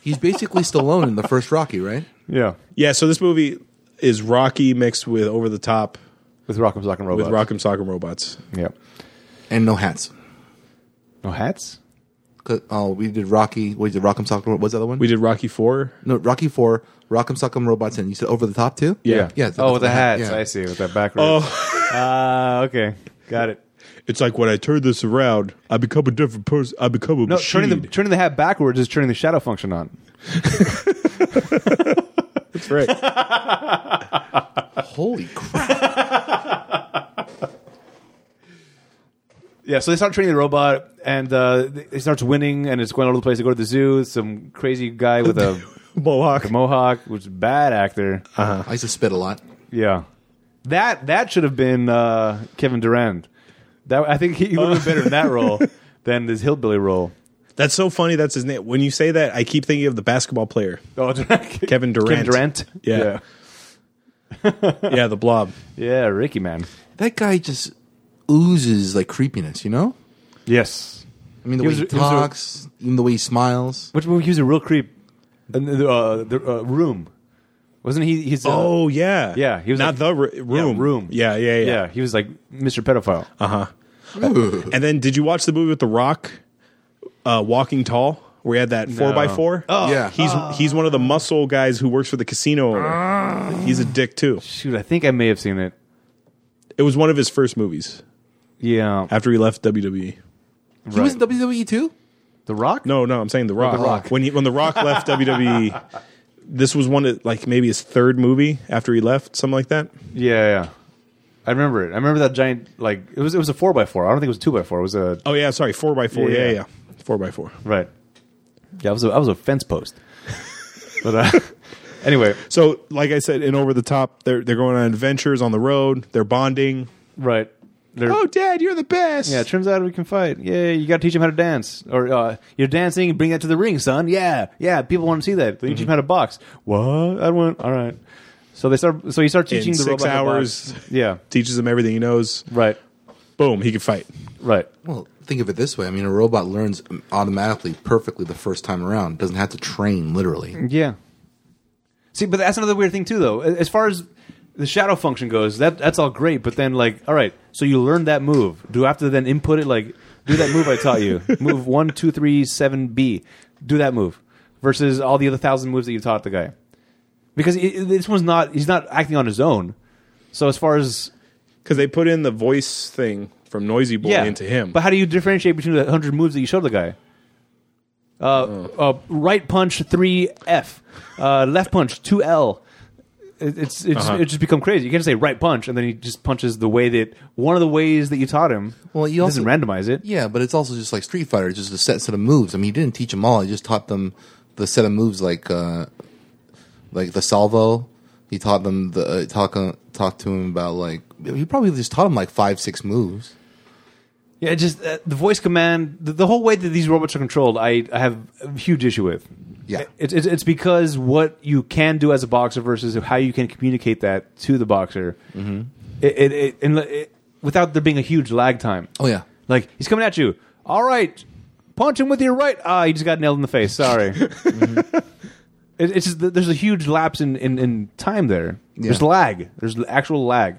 C: He's basically Stallone in the first Rocky, right?
B: Yeah.
A: Yeah, so this movie is Rocky mixed with over the top
B: With Rock'em Sock'em
A: with
B: Robots.
A: Rock'em Sock'em Robots.
B: Yeah.
C: And no hats.
B: No hats.
C: 'Cause- Oh, we did Rocky. We did Rock'em Sock'em. What was the other one?
A: We did Rocky Four.
C: No, Rocky Four, Rock'em Sock'em Robots, and you said over the top too.
A: Yeah.
C: yeah.
B: oh, with the hats.
C: Yeah.
B: I see. With that backwards. Oh. Ah. okay. Got it.
A: It's like when I turn this around, I become a different person. I become a
B: No,
A: machine.
B: turning the turning the hat backwards is turning the shadow function on.
A: That's right.
C: Holy crap!
B: Yeah, so they start training the robot, and uh, it starts winning, and it's going all over the place. They go to the zoo. Some crazy guy with a
A: Mohawk.
B: mohawk, which is a bad actor.
A: Uh-huh.
C: I used to spit a lot.
B: Yeah, that that should have been uh, Kevin Durant. That I think he would have been better in that role than this hillbilly role.
A: That's so funny. That's his name. When you say that, I keep thinking of the basketball player
B: Oh, Durant.
A: Kevin Durant.
B: Kevin Durant.
A: Yeah. yeah, the Blob.
B: yeah, Ricky man.
C: That guy just oozes like creepiness. You know,
B: Yes,
C: I mean the
B: He
C: way
B: was- he
C: he
B: was a-
C: talks, even the way he smiles.
B: which movie? He was a real creep. And the uh, the uh, room, wasn't he? He's uh,
A: Oh yeah,
B: Yeah, he was
A: not
B: like-
A: the r- room.
B: Yeah, room.
A: Yeah, yeah, Uh-huh. yeah.
B: yeah. He was like Mr. Pedophile.
A: And then, did you watch the movie with The Rock, uh, Walking Tall, where he had that four by four? Oh,
C: Yeah. Uh,
A: He's he's one of the muscle guys who works for the casino owner. He's a dick too.
B: Shoot, I think I may have seen it.
A: It was one of his first movies
B: Yeah,
A: after he left WWE.
C: He was in WWE E, too.
B: The Rock.
A: No, no, I'm saying The Rock.
B: Rock.
A: When he, when The Rock left WWE, this was one of like maybe his third movie after he left, something like that.
B: Yeah, yeah. I remember it. I remember that giant like it was it was a four by four. I don't think it was a two by four. It was a
A: Oh yeah, sorry, four by four.
B: Yeah.
A: Yeah, yeah, four by four.
B: right. Yeah, I was a, I was a fence post. but uh, anyway,
A: So, like I said, in Over the Top, they're they're going on adventures on the road. They're bonding.
B: right. They're-
A: Oh, Dad, you're the best.
B: yeah, it turns out we can fight. Yeah, you got to teach them how to dance. Or uh, you're dancing, bring that to the ring, son. Yeah, yeah. People want to see that. They teach them how to box. What? I want. All right. So they start. So you start teaching the
A: six
B: robot how to
A: hours.
B: box. Yeah.
A: teaches him everything he knows.
B: Right.
A: Boom, he can fight.
B: Right.
C: Well, think of it this way. I mean, a robot learns automatically, perfectly the first time around. Doesn't have to train literally.
B: Yeah. See, but that's another weird thing too, though. As far as the shadow function goes, that that's all great. But then, like, all right, so you learned that move. Do I have to then input it? Like, do that move I taught you. move one, two, three, seven, B. Do that move versus all the other thousand moves that you taught the guy. Because it, it- this one's not. He's not acting on his own. So as far as
A: Because they put in the voice thing from Noisy Boy
B: yeah,
A: into him.
B: But how do you differentiate between the hundred moves that you showed the guy? Uh,
A: Oh.
B: uh, right punch three F, uh, left punch two L. It, it's it's
A: Uh-huh.
B: it just become crazy. You can't say right punch and then he just punches the way that one of the ways that you taught him.
C: Well, you
B: It doesn't
C: also-
B: randomize it.
C: Yeah, but it's also just like Street Fighter, just a set set of moves. I mean, he didn't teach them all. He just taught them the set of moves, like uh, like the salvo. He taught them the uh, talk talked to him about like he probably just taught him like five six moves.
B: Yeah, it just uh, the voice command, the, the whole way that these robots are controlled, I, I have a huge issue with.
C: Yeah.
B: it's, it's it's because what you can do as a boxer versus how you can communicate that to the boxer it, it, it, and uh, it without there being a huge lag time.
C: Oh yeah.
B: Like he's coming at you. All right, punch him with your right. Ah, you just got nailed in the face. Sorry. Mm-hmm. It- it's just that there's a huge lapse in in, in time there. There's lag. There's actual lag.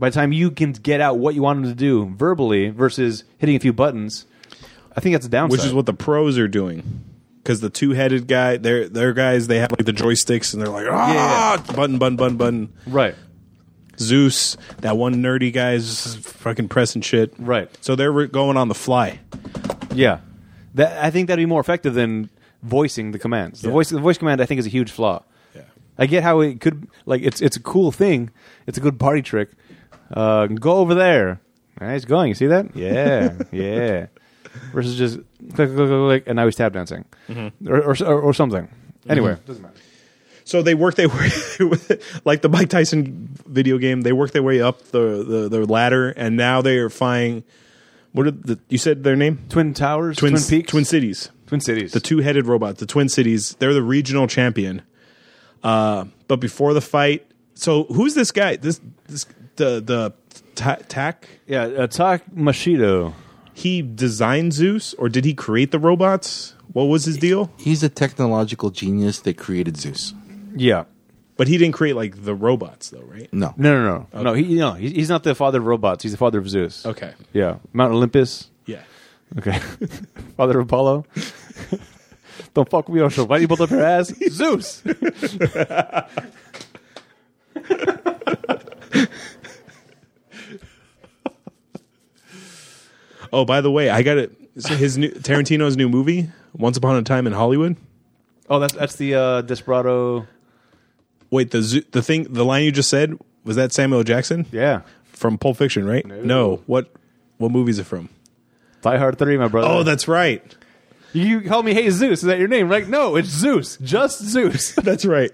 B: By the time you can get out what you wanted to do verbally versus hitting a few buttons, I think that's a downside.
A: which is what the pros are doing. Because the two-headed guy, they're they're guys. They have like the joysticks, and they're like, ah, button, button, button, button.
B: right.
A: Zeus, that one nerdy guy's just fucking pressing shit.
B: Right.
A: So they're re- going on the fly.
B: Yeah, that I think that'd be more effective than voicing the commands. The
A: Yeah.
B: voice, the voice command, I think is a huge flaw.
A: Yeah.
B: I get how it could like it's it's a cool thing. It's a good party trick. Uh, go over there. Nice going. You see that? Yeah, yeah. Versus just click, click, click, click, and now he's tap dancing,
A: Mm-hmm.
B: or, or or or something. Anyway, doesn't matter.
A: So they work their way, like the Mike Tyson video game. They work their way up the the, the ladder, and now they are flying. What are the? You said their name?
B: Twin Towers,
A: Twin
B: Twin, Peaks,
A: Twin Cities.
B: Twin Cities.
A: the two-headed robot, the Twin Cities. They're the regional champion. Uh, but before the fight, so who's this guy? This this the the ta- Tack.
B: yeah, uh, Tak Mashido.
A: He designed Zeus, or did he create the robots? What was his deal?
C: He's a technological genius that created Zeus.
B: Yeah.
A: But he didn't create like the robots, though, right?
C: No.
B: No, no, no, no. He, no, he- he's not the father of robots. He's the father of Zeus.
A: Okay,
B: Yeah, Mount Olympus.
A: yeah.
B: Okay, Father Apollo. Don't fuck with me, Osho. Why do you both up your ass? Zeus.
A: Oh, by the way, I got it. so His new Tarantino's new movie, Once Upon a Time in Hollywood.
B: Oh, that's that's the uh, Desperado.
A: Wait, the Zeu- the thing, the line you just said was that Samuel Jackson
B: Yeah,
A: from Pulp Fiction, right? No. What what movie is it from?
B: Die Hard Three, my brother.
A: Oh, that's right.
B: you call me. Hey, Zeus. Is that your name? Like, no, it's Zeus. Just Zeus.
A: That's right.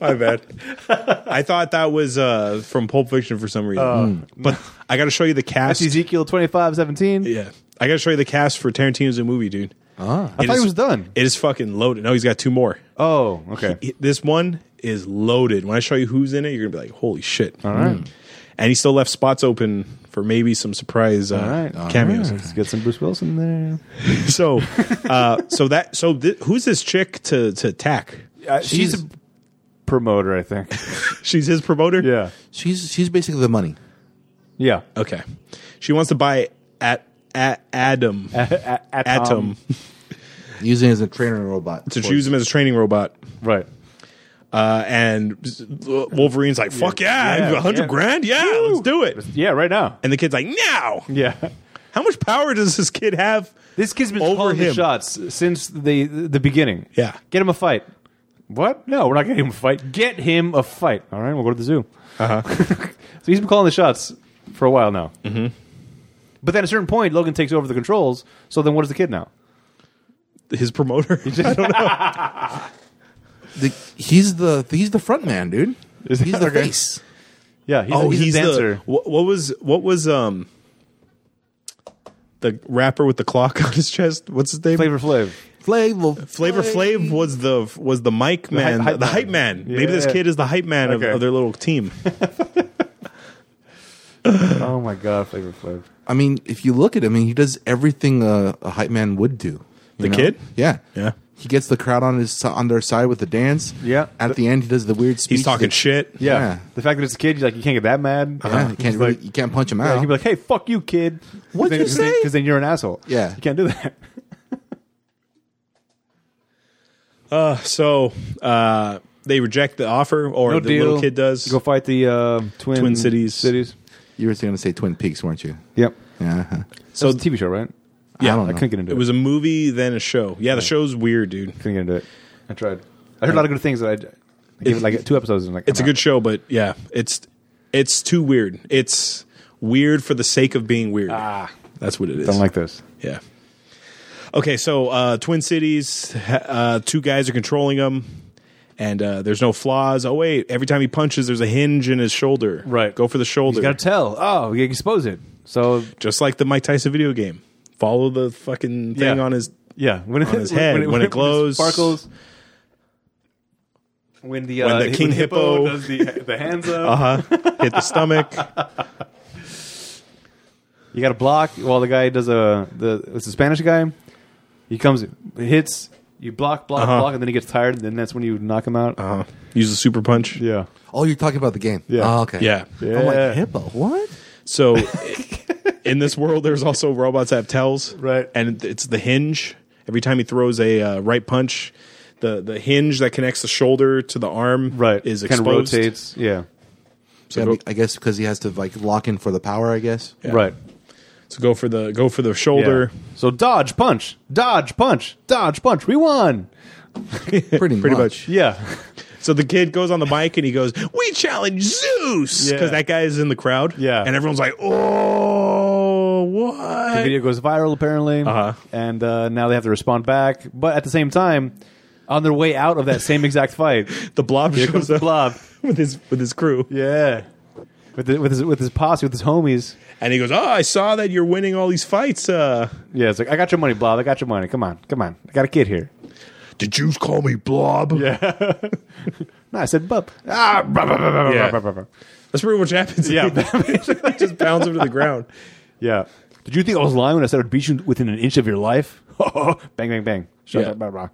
A: My bad. I thought that was uh, from Pulp Fiction for some reason.
B: Oh.
A: Mm. But I got to show you the cast.
B: Ezekiel twenty five seventeen.
A: Yeah, I got to show you the cast for Tarantino's new movie, dude.
C: Ah.
B: I thought he was done.
A: It is fucking loaded. No, he's got two more.
B: Oh, okay.
A: It- This one is loaded. When I show you who's in it, you're gonna be like, "Holy shit!" All right. And he still left spots open for maybe some surprise uh,
B: right. All
A: cameos.
B: Let's get some Bruce Wilson there.
A: So, uh, so that so thi- who's this chick to to attack?
B: Uh, she's, a promoter, I think.
A: She's his promoter.
B: yeah.
C: She's she's basically the money.
B: Yeah.
A: Okay. She wants to buy at, at um, Adam Atom
C: Using it as a trainer robot.
A: to choose him as a training robot.
B: Right.
A: Uh, and Wolverine's like, "Fuck yeah, a
B: Yeah,
A: hundred
B: yeah.
A: grand, yeah, let's do it."
B: Yeah. Right now.
A: And the kid's like, "Now,
B: Yeah.
A: how much power does this kid have?"
B: This kid's been
A: Over
B: calling
A: him.
B: the shots since the the beginning.
A: Yeah.
B: get him a fight. What? No, we're not getting him a fight. Get him a fight. All right, we'll go to the zoo. so he's been calling the shots for a while now. Mm-hmm. But then at a certain point, Logan takes over the controls. So then, what is the kid now?
A: His promoter. I don't know.
C: The, he's the he's the front man, dude.
B: Is
C: he's
B: that
C: the
B: okay?
C: face.
B: Yeah, he's,
A: oh,
B: he's,
A: he's,
B: a
A: the
B: dancer.
A: what, what was what was um the rapper with the clock on his chest? What's his name?
B: Flavor Flav.
C: Flav
A: Flavor Flav was the was the mic man, the hype,
B: hype man.
A: man. Maybe this
B: Yeah.
A: kid is the hype man
B: Okay.
A: of, of their little team.
B: Oh my god, Flavor Flav.
C: I mean, if you look at him, I mean, he does everything a, a hype man would do. you
A: The kid?
C: Yeah.
A: Yeah.
C: He gets the crowd on his on their side with the dance.
B: Yeah.
C: At the end, he does the weird. Speech
A: He's talking
C: that-
A: shit.
B: Yeah.
C: Yeah.
B: the fact that it's a kid, you're like you can't get that mad.
C: Yeah, you can't
B: He's
C: really,
B: like-
C: you can't punch him
B: Yeah,
C: out.
B: he'd be like, "Hey, fuck you, kid."
C: What'd you say?
B: Because then you're an asshole.
C: Yeah.
B: you can't do that.
A: Uh, so uh, they reject the offer, or the little kid does.
B: Go fight the uh, twin
A: Twin Cities.
B: Cities.
C: you were going to say Twin Peaks, weren't you?
B: Yep.
C: Yeah. uh-huh.
B: So it's a TV show, right?
A: Yeah,
C: I don't
B: I
C: know.
B: couldn't get into
A: it
B: it.
A: was a movie, then a show. Yeah, the show's weird, dude.
B: couldn't get into it. I tried. I heard a lot of good things that I, I gave it like two episodes. And like,
A: It's a
B: I'm
A: good show, but yeah, it's it's too weird. It's weird for the sake of being weird.
B: out. Ah,
A: That's what it is.
B: don't like this.
A: Yeah. Okay, so uh, Twin Cities, ha- uh, two guys are controlling him, and uh, there's no flaws. Oh wait, every time he punches, there's a hinge in his shoulder.
B: Right.
A: go for the shoulder.
B: You gotta tell. Oh, you expose it. So
A: Just like the Mike Tyson video game, follow the fucking thing
B: Yeah.
A: on his.
B: yeah, when it,
A: his head, when it glows.
B: sparkles. when the
A: When
B: uh,
A: the king hippo-
B: does the, the hands up.
A: Uh huh. Hit the stomach.
B: You got to block while the guy does a the it's a Spanish guy. He comes, hits, you block, block,
A: Uh-huh.
B: block, and then he gets tired, and then that's when you knock him out.
A: Uh huh. Use the super punch.
B: Yeah,
C: Oh, you're talking about the game.
B: Yeah.
C: Oh, okay.
A: Yeah.
C: I'm
B: Yeah.
C: like hippo. What?
A: So in this world, there's also robots that have tells.
B: Right.
A: And it's the hinge. Every time he throws a uh, right punch, the, the hinge that connects the shoulder to the arm
B: right.
A: is
B: kind of
A: exposed.
B: rotates. Yeah.
A: So
C: Yeah,
A: go-
C: I guess because he has to like lock in for the power. I guess.
A: Yeah.
B: right.
A: So go for the go for the
B: Yeah.
A: shoulder.
B: So dodge, punch, dodge, punch, dodge, punch. We won.
C: Pretty,
A: Pretty
C: much.
B: Yeah,
A: So the kid goes on the mic and he goes, "We challenge Zeus,"
B: Yeah.
A: because that guy is in the crowd.
B: Yeah.
A: and everyone's like, "Oh,
B: the
A: what?"
B: video goes viral apparently,
A: Uh-huh.
B: and uh, now they have to respond back. But at the same time, on their way out of that same exact fight,
A: The blob
B: here comes
A: shows
B: the
A: up
B: blob.
A: with his with his crew,
B: Yeah, with the, with his with his posse, with his homies.
A: and he goes, "Oh, I saw that you're winning all these fights. Uh,
B: Yeah, it's like I got your money, Blob. I got your money. Come on, come on. I got a kid here.
A: the Jews call me Blob."
B: Yeah. no, I said bub. Ah, blah, blah, blah, blah,
A: Yeah.
B: blah, blah, blah.
A: That's pretty much happens.
B: Yeah.
A: he just pounds him to the ground.
B: yeah. Did you think I was lying when I said I'd beat you within an inch of your life? bang, bang, bang. Shut
A: Yeah.
B: up. Blah, blah.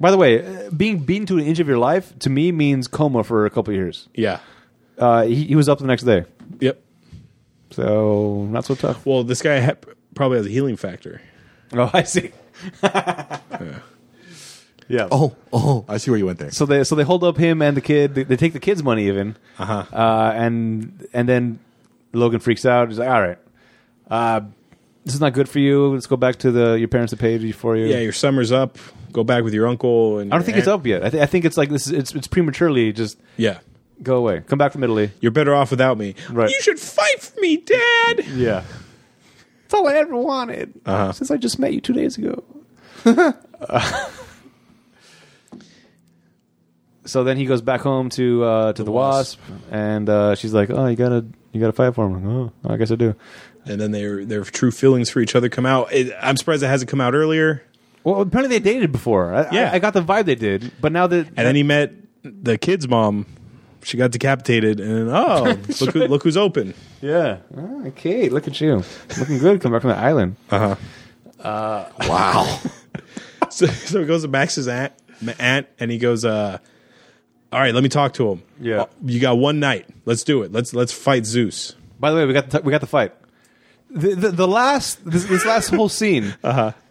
B: By the way, uh, being beaten to an inch of your life to me means coma for a couple of years.
A: Yeah.
B: Uh, he, he was up the next day,
A: Yep.
B: so not so tough.
A: Well, this guy ha- probably has a healing factor.
B: Oh, I see. yeah.
C: Oh, oh, I see where you went there.
B: So they so they hold up him and the kid. They, they take the kid's money even. Uh-huh. And and then Logan freaks out. He's like, "All right, uh, this is not good for you. Let's go back to the your parents that paid you for you."
A: Yeah, your summer's up. Go back with your uncle. And
B: I don't think it's up yet. I, th- I think it's like this. Is, it's it's prematurely. Just
A: Yeah.
B: go away. Come back from Italy.
A: You're better off without me.
B: Right.
A: You should fight for me, Dad.
B: Yeah. Uh-huh. It's all I ever wanted since I just met you two days ago. so then he goes back home to uh, to the, wasp,
A: Wasp.
B: and uh, she's like, "Oh, you gotta you gotta fight for him." I'm like, oh, I guess I do.
A: and then their their true feelings for each other come out. It, I'm surprised it hasn't come out earlier.
B: Well, apparently they dated before. I,
A: Yeah.
B: I, I got the vibe they did, but now that
A: And then he met the kid's mom. She got decapitated, and oh, look who, look who's open.
B: yeah, oh, Kate, look at you, looking good, come back from the island.
C: Wow.
A: So, so he goes to Max's aunt, ma- aunt, and he goes, uh, "All right, let me talk to him.
B: Yeah.
A: Uh, you got one night. Let's do it. Let's let's fight Zeus.
B: By the way, we got the, we got the fight. The the, the last this, this last whole scene,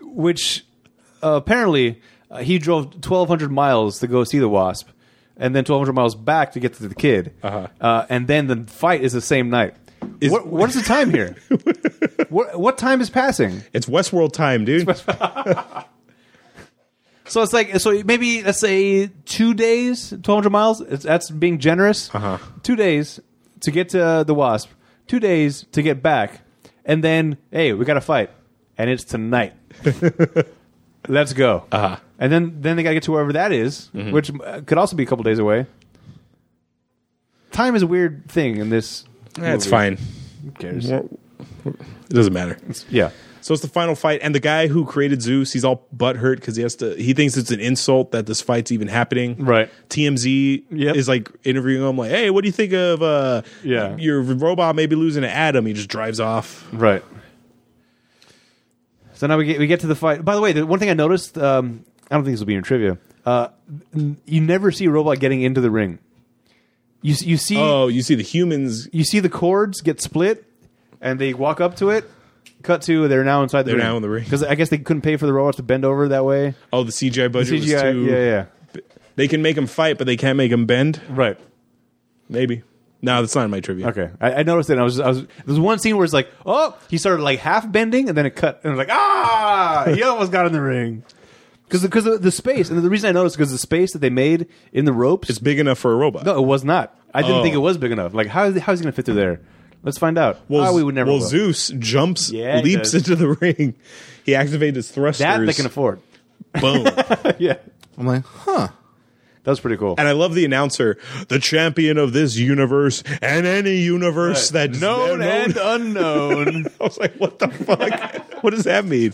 B: which uh, apparently uh, he drove twelve hundred miles to go see the wasp, and then twelve hundred miles back to get to the kid, uh-huh. and then the fight is the same night.
A: Is-
B: what, what is the time here? what what time is passing?
A: It's Westworld time, dude.
B: So it's like so maybe let's say two days, twelve hundred miles. It's, that's being generous.
A: Uh-huh.
B: Two days to get to the wasp. Two days to get back, and then hey, we got to fight, and it's tonight. Let's go. Uh-huh. And then then they got to get to wherever that is, which uh, could also be a couple days away. Time is a weird thing in this.
A: That's
B: movie.
A: fine.
B: Who cares?
A: It doesn't matter.
B: Yeah.
A: So it's the final fight, and the guy who created Zeus, he's all butthurt because he has to. He thinks it's an insult that this fight's even happening.
B: Right.
A: TMZ
B: Yep.
A: is like interviewing him, like, "Hey, what do you think of uh,
B: Yeah.
A: your robot maybe losing to Adam?" He just drives off.
B: Right. So now we get we get to the fight. By the way, the one thing I noticed, um, I don't think this will be in your trivia. Uh, n- you never see a robot getting into the ring. You s- you see
A: Oh, you see the humans.
B: you see the cords get split, and they walk up to it. Cut to they're now inside the
A: They're
B: ring.
A: now in the ring.
B: because I guess they couldn't pay for the robots to bend over that way.
A: Oh, the CGI budget
B: CGI,
A: was too.
B: yeah, yeah,
A: They can make him fight, but they can't make him bend.
B: right.
A: Maybe. No, that's not in my trivia.
B: Okay, I, I noticed it. And I was, I was. There's one scene where it's like, oh, he started like half bending, and then it cut, and I was like, ah, he almost got in the ring. Because because the, the space, and the reason I noticed because the space that they made in the ropes,
A: It's big enough for a robot.
B: no, it was not. I didn't
A: Oh.
B: think it was big enough. Like how is how is he gonna fit through there? Let's find out.
A: Well,
B: Ah, we would never.
A: well,
B: will.
A: Zeus jumps,
B: Yeah, he
A: leaps
B: does.
A: into the ring. He activates his thrusters.
B: that they can afford.
A: boom.
B: yeah,
C: I'm like, huh.
B: that was pretty cool.
A: And I love the announcer, the champion of this universe and any universe that
B: known and unknown.
A: I was like, what the fuck? what does that mean?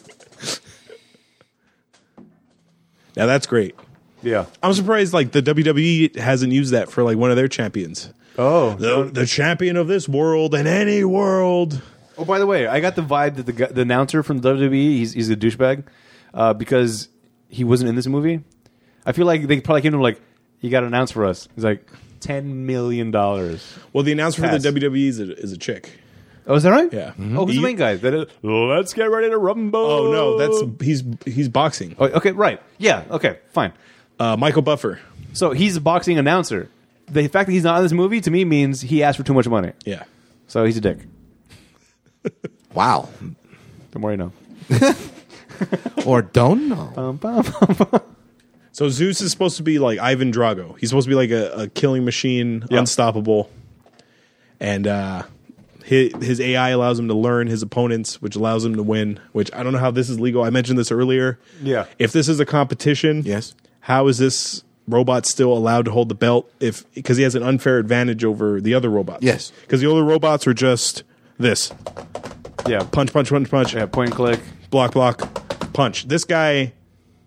A: Now that's great.
B: Yeah.
A: I'm surprised like the WWE hasn't used that for like one of their champions.
B: Oh.
A: The, the champion of this world and any world.
B: Oh, by the way, I got the vibe that the, gu- the announcer from WWE he's he's a douchebag uh, because he wasn't in this movie. I feel like they probably came to him like, "You got to announce for us." He's like, 10 million dollars."
A: Well, the announcer
B: Pass.
A: for the WWE is a, is a chick.
B: Oh, is that right?
A: Yeah.
B: Oh, who's
A: You-
B: the main guy? That is, Let's get ready to rumble.
A: Oh no, that's he's he's boxing.
B: Oh, okay, right. Yeah. Okay, fine.
A: Uh, Michael Buffer.
B: So he's a boxing announcer. The fact that he's not in this movie to me means he asked for too much money.
A: Yeah.
B: So he's a dick.
C: Wow.
B: Don't worry, no.
C: or don't know.
A: Um, So Zeus is supposed to be like Ivan Drago. He's supposed to be like a, a killing machine,
B: Yeah.
A: unstoppable. And uh, his, his AI allows him to learn his opponents, which allows him to win. Which I don't know how this is legal. I mentioned this earlier.
B: Yeah.
A: If this is a competition,
C: Yes.
A: How is this robot still allowed to hold the belt if because he has an unfair advantage over the other robots?
C: Yes.
A: Because the other robots are just this
B: Yeah.
A: punch, punch, punch, punch
B: Yeah. Point and click.
A: block, block, punch. This guy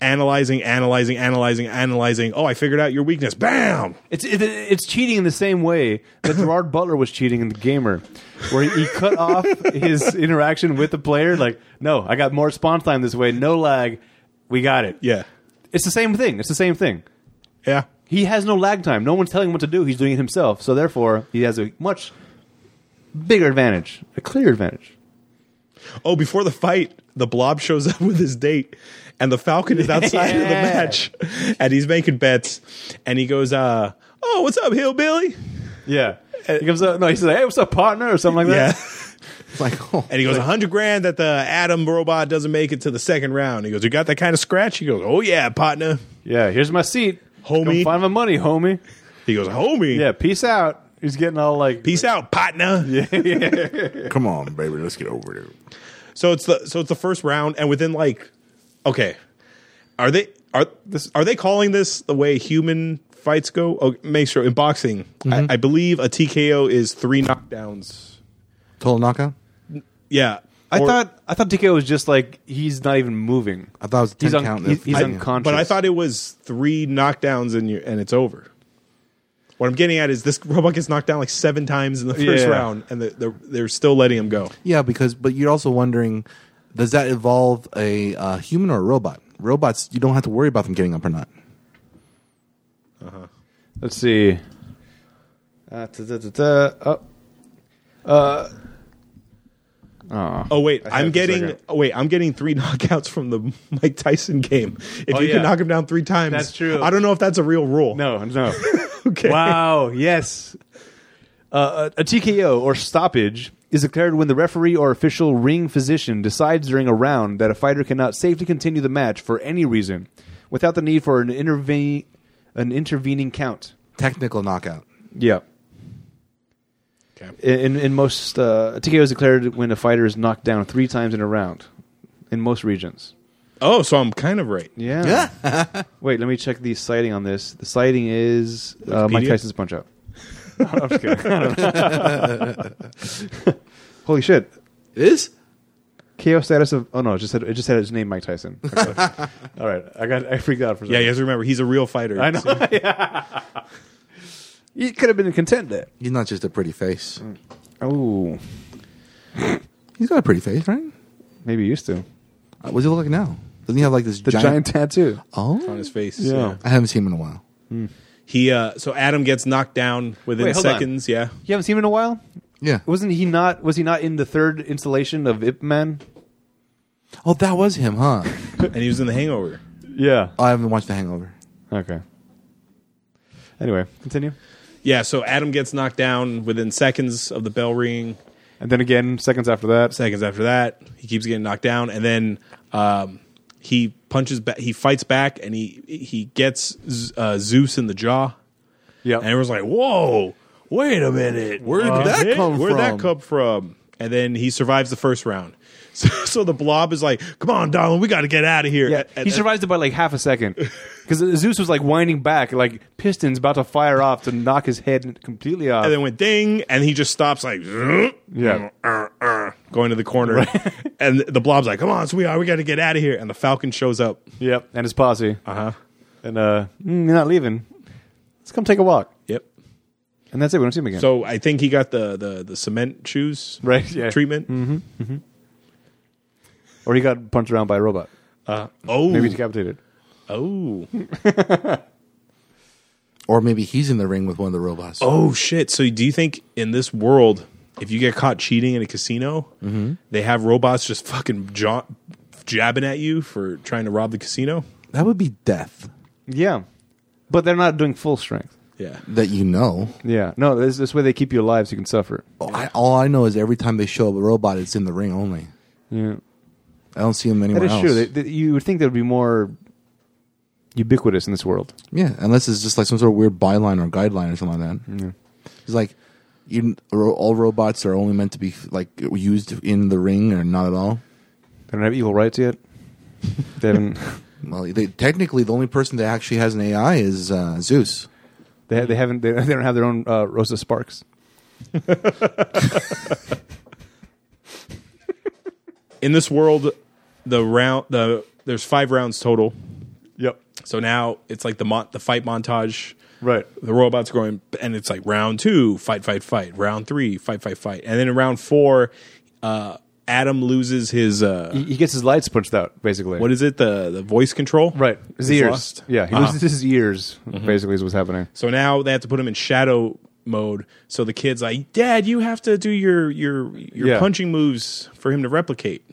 A: analyzing, analyzing, analyzing, analyzing. Oh, I figured out your weakness. Bam!
B: It's it, it's cheating in the same way that Gerard Butler was cheating in the gamer, where he, he cut off his interaction with the player. Like, no, I got more response time this way. No lag. We got it.
A: Yeah.
B: It's the same thing. It's the same thing.
A: Yeah.
B: He has no lag time. No one's telling him what to do. He's doing it himself. So therefore, he has a much bigger advantage, a clear advantage.
A: Oh, before the fight, the blob shows up with his date and the Falcon is outside of the
B: Yeah.
A: match and he's making bets and he goes, uh, oh, what's up, hillbilly?
B: Yeah. He comes up. No, he says, "Hey, what's up, partner?" or something like
A: Yeah.
B: that.
C: It's like, oh.
A: And he goes, a 100 grand that the Adam robot doesn't make it to the second round. He goes, you got that kind of scratch? He goes, oh, yeah, partner.
B: Yeah. Here's my seat,
A: Homie.
B: Come find my money, homie.
A: He goes, homie.
B: Yeah. Peace out. He's getting all like
A: Peace out, partner.
C: come on, baby, let's get over it.
A: So it's the so it's the first round, and within like, okay, are they are this are they calling this the way human fights go? Oh, make sure in boxing,
B: Mm-hmm.
A: I, I believe a TKO is three knockdowns.
C: Total knockout?
A: Yeah,
B: I
A: Or-
B: thought I thought TKO was just like he's not even moving.
C: I thought it was a 10
B: he's un-
C: count.
B: He's, he's
C: Yeah.
B: unconscious.
A: but I thought it was three knockdowns and you and it's over. What I'm getting at is this robot gets knocked down like seven times in the first
B: Yeah.
A: round, and the, the, they're still letting him go.
C: Yeah, because, but you're also wondering does that involve a uh, human or a robot? Robots, you don't have to worry about them getting up or not.
B: Let's see. Uh, ta- ta- ta- ta. Oh.
A: Oh wait,
B: had
A: I'm
B: it for a
A: getting
B: second.
A: oh, wait, I'm getting three knockouts from the Mike Tyson game. If
B: Oh,
A: you can
B: yeah.
A: knock him down three times,
B: That's true.
A: I don't know if that's a real rule.
B: No, no.
A: Okay.
B: Wow. Yes. Uh, a, a TKO or stoppage is declared when the referee or official ring physician decides during a round that a fighter cannot safely continue the match for any reason without the need for an intervene an intervening count.
C: Technical knockout.
B: Yeah.
A: Okay.
B: In in most uh, TKO is declared when a fighter is knocked down three times in a round, in most regions.
A: Oh, so I'm kind of right.
B: Yeah. Wait, let me check the citing on this. The citing is uh, Mike
A: Wikipedia?
B: Tyson's Punch Out. I'm just kidding. Holy shit!
C: It is?
B: KO status of oh no, it just said it just said his name Mike Tyson. Okay. All right, I got I freaked out for a
A: Yeah,
B: second.
A: you have to remember he's a real fighter.
B: I know.
A: So-
B: You could have been a contender.
C: He's not just a pretty face.
B: Oh,
C: He's got a pretty face, right?
B: maybe you used to
C: Uh, What does he look like now? Doesn't he have like this
B: the giant,
C: giant,
B: tattoo.
A: on
C: Oh,
A: his face.
B: Yeah.
C: I haven't seen him in a while.
A: He uh so Adam gets knocked down within
B: Wait, hold on.
A: seconds, yeah.
B: You haven't seen him in a while.
C: Yeah.
B: Wasn't he not? Was he not in the third installation of Ip Man?
C: Oh, that was him, huh?
A: And he was in the hangover.
B: Yeah.
C: I haven't watched The Hangover.
B: Okay. Anyway, continue.
A: Yeah, so Adam gets knocked down within seconds of the bell ringing.
B: And then again, seconds after that,
A: Seconds after that, he keeps getting knocked down and then um he punches back he fights back and he he gets Z- uh, Zeus in the jaw.
B: yeah,
A: And everyone's like, "Whoa, wait a minute, where did
C: that come
A: Where'd that
C: from?"
A: come from?" And then he survives the first round. So, so the blob is like, "Come on, darling, we got to get out of here."
B: yeah.
A: And-
B: he survives it by like half a second because Zeus was like winding back, like pistons about to fire off to knock his head completely off.
A: and then went ding, and he just stops like, uh,
B: yeah,
A: going to the corner. And the blob's like, "Come on, sweetheart, we got to get out of here." And the Falcon shows up.
B: yep, and his posse.
A: Uh huh.
B: And uh, "Mm, you're not leaving. Let's come take a walk.
A: Yep.
B: And that's it. We don't see him again.
A: So I think he got the the, the cement shoes
B: Right, yeah.
A: treatment.
B: or he got punched around by a robot.
A: Oh,
B: Maybe decapitated.
A: oh,
C: Or maybe he's in the ring with one of the robots.
A: oh, shit! So do you think in this world, if you get caught cheating in a casino, they have robots just fucking jo- jabbing at you for trying to rob the casino?
C: That would be death
B: Yeah. But they're not doing full strength.
A: Yeah,
C: that you know.
B: Yeah. No, this, this way they keep you alive so you can suffer.
C: Oh, I, all I know is every time they show up a robot, it's in the ring only.
B: Yeah.
C: I don't see him
B: That
C: anywhere
B: is
C: else.
B: true. They, they, you would think that would be more ubiquitous in this world.
C: yeah, unless it's just like some sort of weird byline or guideline or something like that. It's like you, ro- all robots are only meant to be like used in the ring or not at all.
B: They don't have equal rights yet. They haven't.
C: Well, they, technically, the only person that actually has an AI is uh, Zeus.
B: They, ha- they haven't. They, they don't have their own uh, Rosa Sparks.
A: in this world, the round the there's five rounds total.
B: Yep.
A: So now it's like the mon- the fight montage.
B: Right.
A: the robots are going and it's like round two fight fight fight round three fight fight fight and then in round four uh adam loses his uh
B: He, he gets his lights punched out, basically.
A: what is it the the voice control
B: Right. Ah. His
A: He's
B: ears.
A: lost.
B: Yeah. He
A: Uh-huh.
B: loses his ears. Basically, is what's happening.
A: so now they have to put him in shadow mode so the kid's like dad you have to do your your your
B: Yeah.
A: punching moves for him to replicate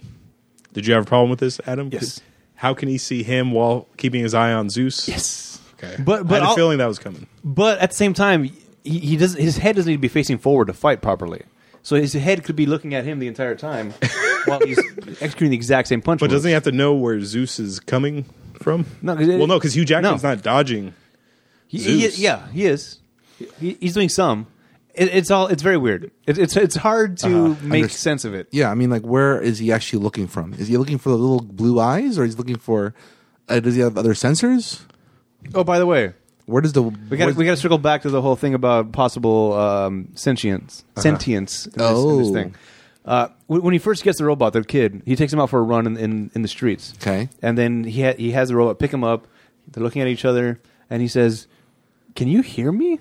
A: did you have a problem with this adam
B: Yes.
A: how can he see him while keeping his eye on zeus
B: Yes.
A: okay
B: But- but
A: i had a
B: I'll-
A: feeling that was coming
B: But at the same time, he, he does. His head doesn't need to be facing forward to fight properly. So his head could be looking at him the entire time while he's executing the exact same punch.
A: But doesn't he have to know where Zeus is coming from?
B: No, 'cause it-
A: well, no, because Hugh Jackman's
B: no.
A: not dodging.
B: He, he-
A: Zeus.
B: yeah, he is. He, he's doing some. It, it's all. It's very weird. It, it's it's hard to make
C: Underst-
B: sense of it.
C: Yeah, I mean, like, where is he actually looking from? Is he looking for the little blue eyes, or he's looking for? Uh, does he have other sensors?
B: Oh, by the way,
C: Where does the
B: we got we got to circle back to the whole thing about possible um, sentience, sentience in this, in this
C: Uh-huh. Oh.
B: thing. Uh, when, when he first gets the robot, the kid, he takes him out for a run in, in, in the streets.
C: Okay.
B: and then he ha- he has the robot pick him up. They're looking at each other, and he says, "Can you hear me?"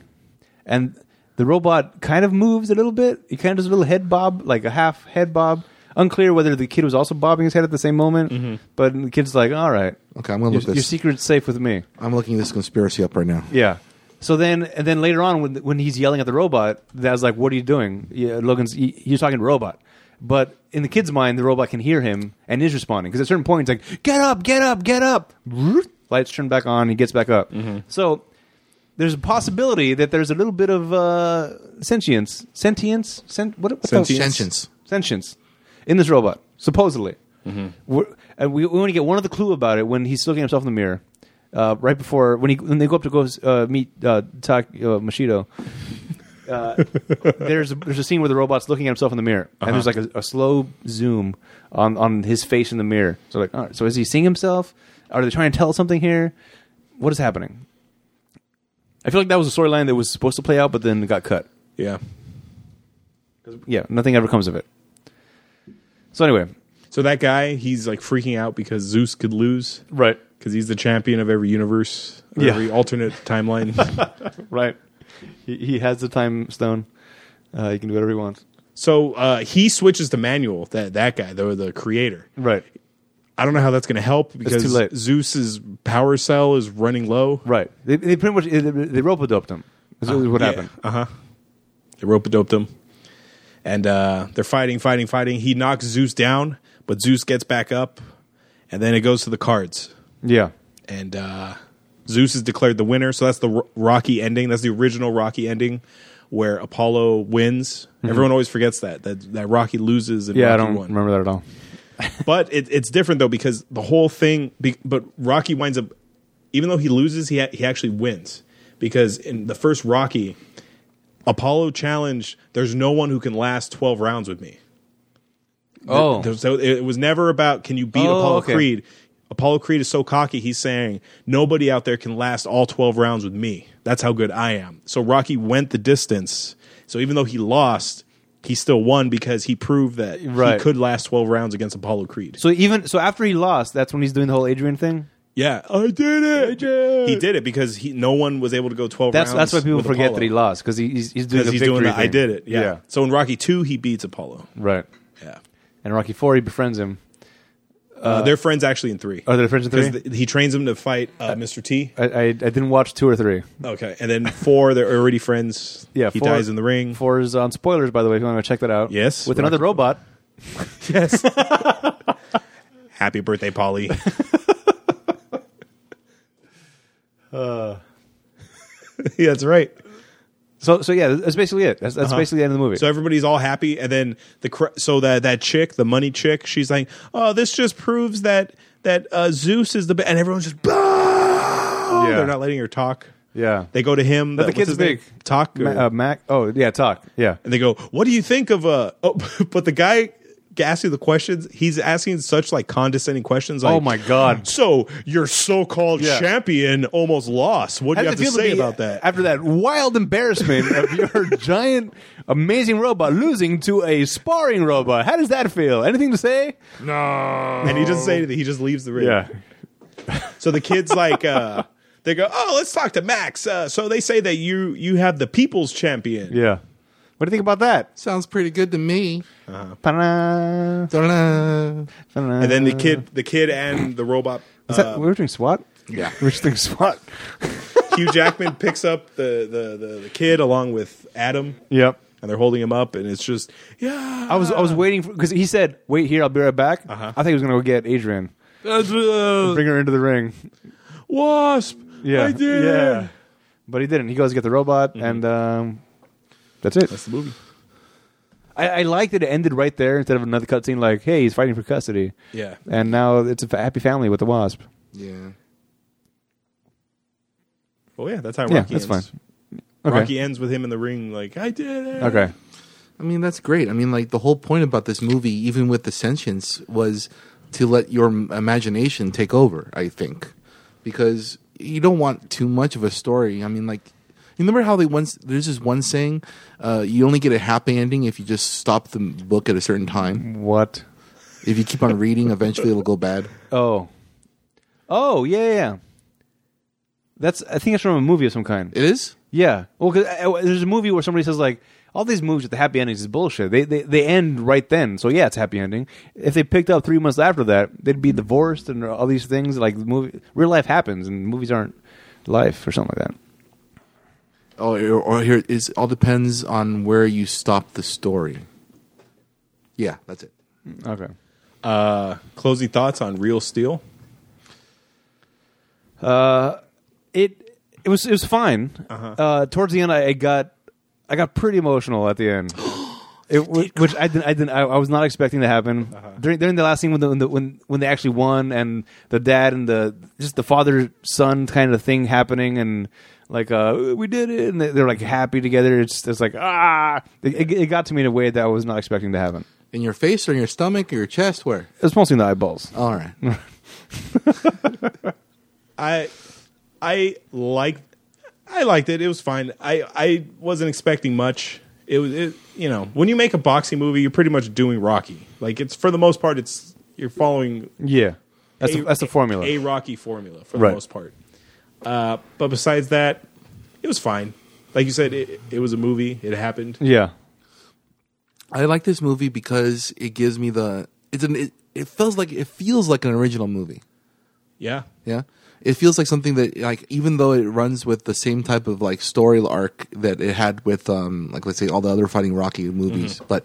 B: And the robot kind of moves a little bit. He kind of does a little head bob, like a half head bob. Unclear whether the kid was also bobbing his head at the same moment, but the kid's like, "All right,
C: Okay, I'm gonna
B: your,
C: look Mm-hmm. this.
B: your secret's safe with me."
C: I'm looking this conspiracy up right now.
B: Yeah. So then, and then later on, when when he's yelling at the robot, that's like, "What are you doing?" Yeah, Logan's y- you're talking to robot, but in the kid's mind, the robot can hear him and is responding because at certain point, it's like, "Get up, get up, get up!" Lights turn back on. He gets back up. So there's a possibility that there's a little bit of uh, sentience, sentience, sent what, what the-
A: Sentience.
C: Sentience.
B: sentience in this robot, supposedly. We're- and we, we only get one other clue about it when he's looking at himself in the mirror, uh, right before when he when they go up to go uh, meet uh, Tak uh, Mashido. Uh, there's a, there's a scene where the robot's looking at himself in the mirror, and there's like a, a slow zoom on on his face in the mirror. So like, all right, so is he seeing himself? Are they trying to tell us something here? What is happening? I feel like that was a storyline that was supposed to play out, but then it got cut
A: Yeah.
B: yeah, nothing ever comes of it. So anyway,
A: So that guy, he's like freaking out because Zeus could lose
B: right,
A: because he's the champion of every universe, or
B: Yeah.
A: every alternate timeline.
B: right. He, he has the time stone. Uh, he can do whatever he wants.
A: so uh, he switches to manual. That that guy, though, the creator.
B: Right,
A: I don't know how that's going to help because
B: too late.
A: Zeus's power cell is running low.
B: right. They, they pretty much they, they rope doped him. Is what happened.
A: Uh huh. They rope a doped him. And uh, they're fighting, fighting, fighting. He knocks Zeus down, but Zeus gets back up. And then it goes to the cards.
B: Yeah,
A: And uh, Zeus is declared the winner. So that's the Ro- Rocky ending. That's the original Rocky ending where Apollo wins. Everyone always forgets that, that, that Rocky loses and
B: Mm-hmm. yeah.
A: Rocky
B: I don't
A: won.
B: remember that at all.
A: But it, it's different, though, because the whole thing, be, but Rocky winds up, even though he loses, he, ha- he actually wins. Because in the first Rocky, Apollo challenged, there's no one who can last 12 rounds with me.
B: Oh,
A: There- So it was never about can you beat
B: Oh,
A: Apollo
B: okay.
A: Creed. Apollo Creed is so cocky. He's saying nobody out there can last all twelve rounds with me. That's how good I am. So Rocky went the distance. So even though he lost, he still won because he proved that he
B: Right.
A: could last twelve rounds against Apollo Creed.
B: so even so after he lost, that's when he's doing the whole Adrian thing.
A: Yeah, I did it.
B: did
A: He did it because he, no one was able to go twelve.
B: That's
A: rounds
B: that's why people
A: with
B: forget
A: Apollo.
B: that he lost because he, he's he's doing
A: because
B: the
A: he's doing
B: victory
A: the I
B: thing.
A: did it. Yeah. So in Rocky two, he beats Apollo.
B: right.
A: Yeah.
B: And Rocky Four, he befriends him.
A: Uh, they're friends actually in three.
B: Are they friends in three?
A: Because th- he trains him to fight uh, Mr. T.
B: I, I I didn't watch two or three.
A: Okay, and then four, they're already friends.
B: Yeah,
A: he
B: four-
A: dies in the ring.
B: Four is on spoilers, by the way. If you want to check that out,
A: Yes.
B: with another robot.
A: Yes. Happy birthday, Polly. Uh, yeah, that's right.
B: So so yeah, that's basically it. That's, that's basically the end of the movie.
A: Uh-huh. So everybody's all happy, and then the cr- so that that chick, the money chick, she's like, "Oh, this just proves that that uh, Zeus is the best," and everyone's just, yeah. they're not letting her talk.
B: yeah,
A: They go to him.
B: But
A: that-
B: the
A: what's
B: kid's
A: his name?
B: big.
A: Talk.
B: Ma- uh, Mac. Oh yeah, talk. Yeah,
A: and they go, "What do you think of uh?" Oh, but the guy asking the questions, he's asking such like condescending questions. Like,
B: Oh, my God.
A: So your so-called
B: Yeah.
A: champion almost lost. What do you
B: How
A: have
B: does
A: to
B: it feel
A: say
B: be-
A: about that?
B: After that wild embarrassment of your giant, amazing robot losing to a sparring robot, how does that feel? Anything to say?
A: and he doesn't say anything. He just leaves the ring.
B: Yeah,
A: So the kids like. uh They go, oh, let's talk to Max. Uh, so they say that you you have the people's champion.
B: yeah. What do you think about that?
C: Sounds pretty good to me.
B: And
C: Dunno.
A: And then the kid, the kid, and the robot,
B: Is
A: uh,
B: that, we were doing SWAT.
C: Yeah.
B: we were just doing SWAT.
A: uh, Hugh Jackman picks up the, the the the kid along with Adam,
B: Yep.
A: and they're holding him up, and it's just yeah.
B: I was I was waiting for because he said, "Wait here, I'll be right back."
A: Uh-huh.
B: I think he was gonna go get Adrian, bring her into the ring.
A: uh, Wasp.
B: Yeah,
A: I did
B: yeah.
A: it.
B: But he didn't. He goes to get the robot, and um, that's it.
A: That's the movie.
B: I, I like that it ended right there instead of another cutscene like, "Hey, he's fighting for custody."
A: Yeah.
B: and now it's a fa- happy family with the wasp.
C: Yeah.
A: Oh yeah, that's how
B: yeah,
A: Rocky
B: that's
A: ends.
B: fine. Okay.
A: Rocky ends with him in the ring, like I did it.
B: Okay.
C: I mean, that's great. I mean, like the whole point about this movie, even with the sentience, was to let your m- imagination take over. I think because you don't want too much of a story. I mean, like you remember how they once there's this one saying, uh, you only get a happy ending if you just stop the book at a certain time.
B: What?
C: If you keep on reading, eventually it'll go bad.
B: Oh. Oh yeah, yeah, yeah. That's I think that's from a movie of some kind.
C: It is.
B: Yeah. Well, cause uh, uh, there's a movie where somebody says like all these movies with the happy endings is bullshit. They, they they end right then. So yeah, it's a happy ending. If they picked up three months after that, they'd be divorced and all these things. Like the movie, real life happens, and movies aren't life or something like that.
C: Oh, or, or here is all depends on where you stop the story. Yeah, that's it.
B: Okay.
A: Uh, closing thoughts on Real Steel.
B: It it was it was fine.
A: Uh-huh.
B: uh towards the end, I, I got I got pretty emotional at the end. It, whi- which I didn't, I didn't, I, I was not expecting to happen
A: Uh-huh.
B: during during the last scene when the, when the when when they actually won and the dad and the just the father son kind of thing happening and like uh we did it and they, they're like happy together. It's it's like ah, it, it, it got to me in a way that I was not expecting to happen.
C: In your face or in your stomach or your chest? Where?
B: It's mostly in the eyeballs.
C: All right.
A: I I liked I liked it. It was fine. I I wasn't expecting much. It was it, you know when you make a boxing movie, you're pretty much doing Rocky. Like it's for the most part, it's you're following
B: Yeah, that's the, that's the formula.
A: A Rocky formula for
B: Right.
A: the most part. Uh, but besides that, it was fine. Like you said, it, it was a movie. It happened.
B: yeah,
C: I like this movie because it gives me the it's an it, it feels like it feels like an original movie.
A: Yeah.
C: Yeah. It feels like something that like even though it runs with the same type of like story arc that it had with um like let's say all the other fighting Rocky movies, but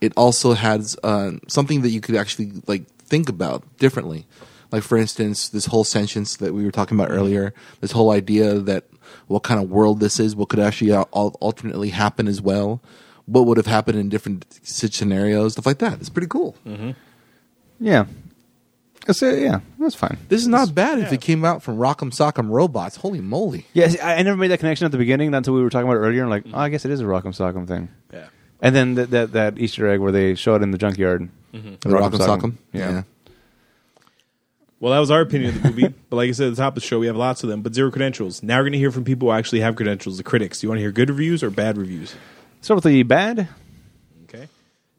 C: it also has uh, something that you could actually like think about differently. Like for instance, this whole sentience that we were talking about earlier, this whole idea that what kind of world this is, what could actually al- al- alternately happen as well, what would have happened in different sit- scenarios, stuff like that. It's pretty cool.
B: yeah, that's it. Yeah, that's fine.
C: This is not bad if it came out from Rock'em Sock'em Robots. Holy moly!
B: Yeah, see, I, I never made that connection at the beginning until we were talking about it earlier. And like, oh, I guess it is a Rock'em Sock'em thing.
A: Yeah.
B: And then that that, that Easter egg where they show it in the junkyard.
C: The Rock'em Sock'em.
B: Yeah.
A: Well, that was our opinion of the movie. but like I said at the top of the show, we have lots of them, but zero credentials. Now we're going to hear from people who actually have credentials, the critics. Do you want to hear good reviews or bad reviews?
B: Start with the bad.
A: Okay.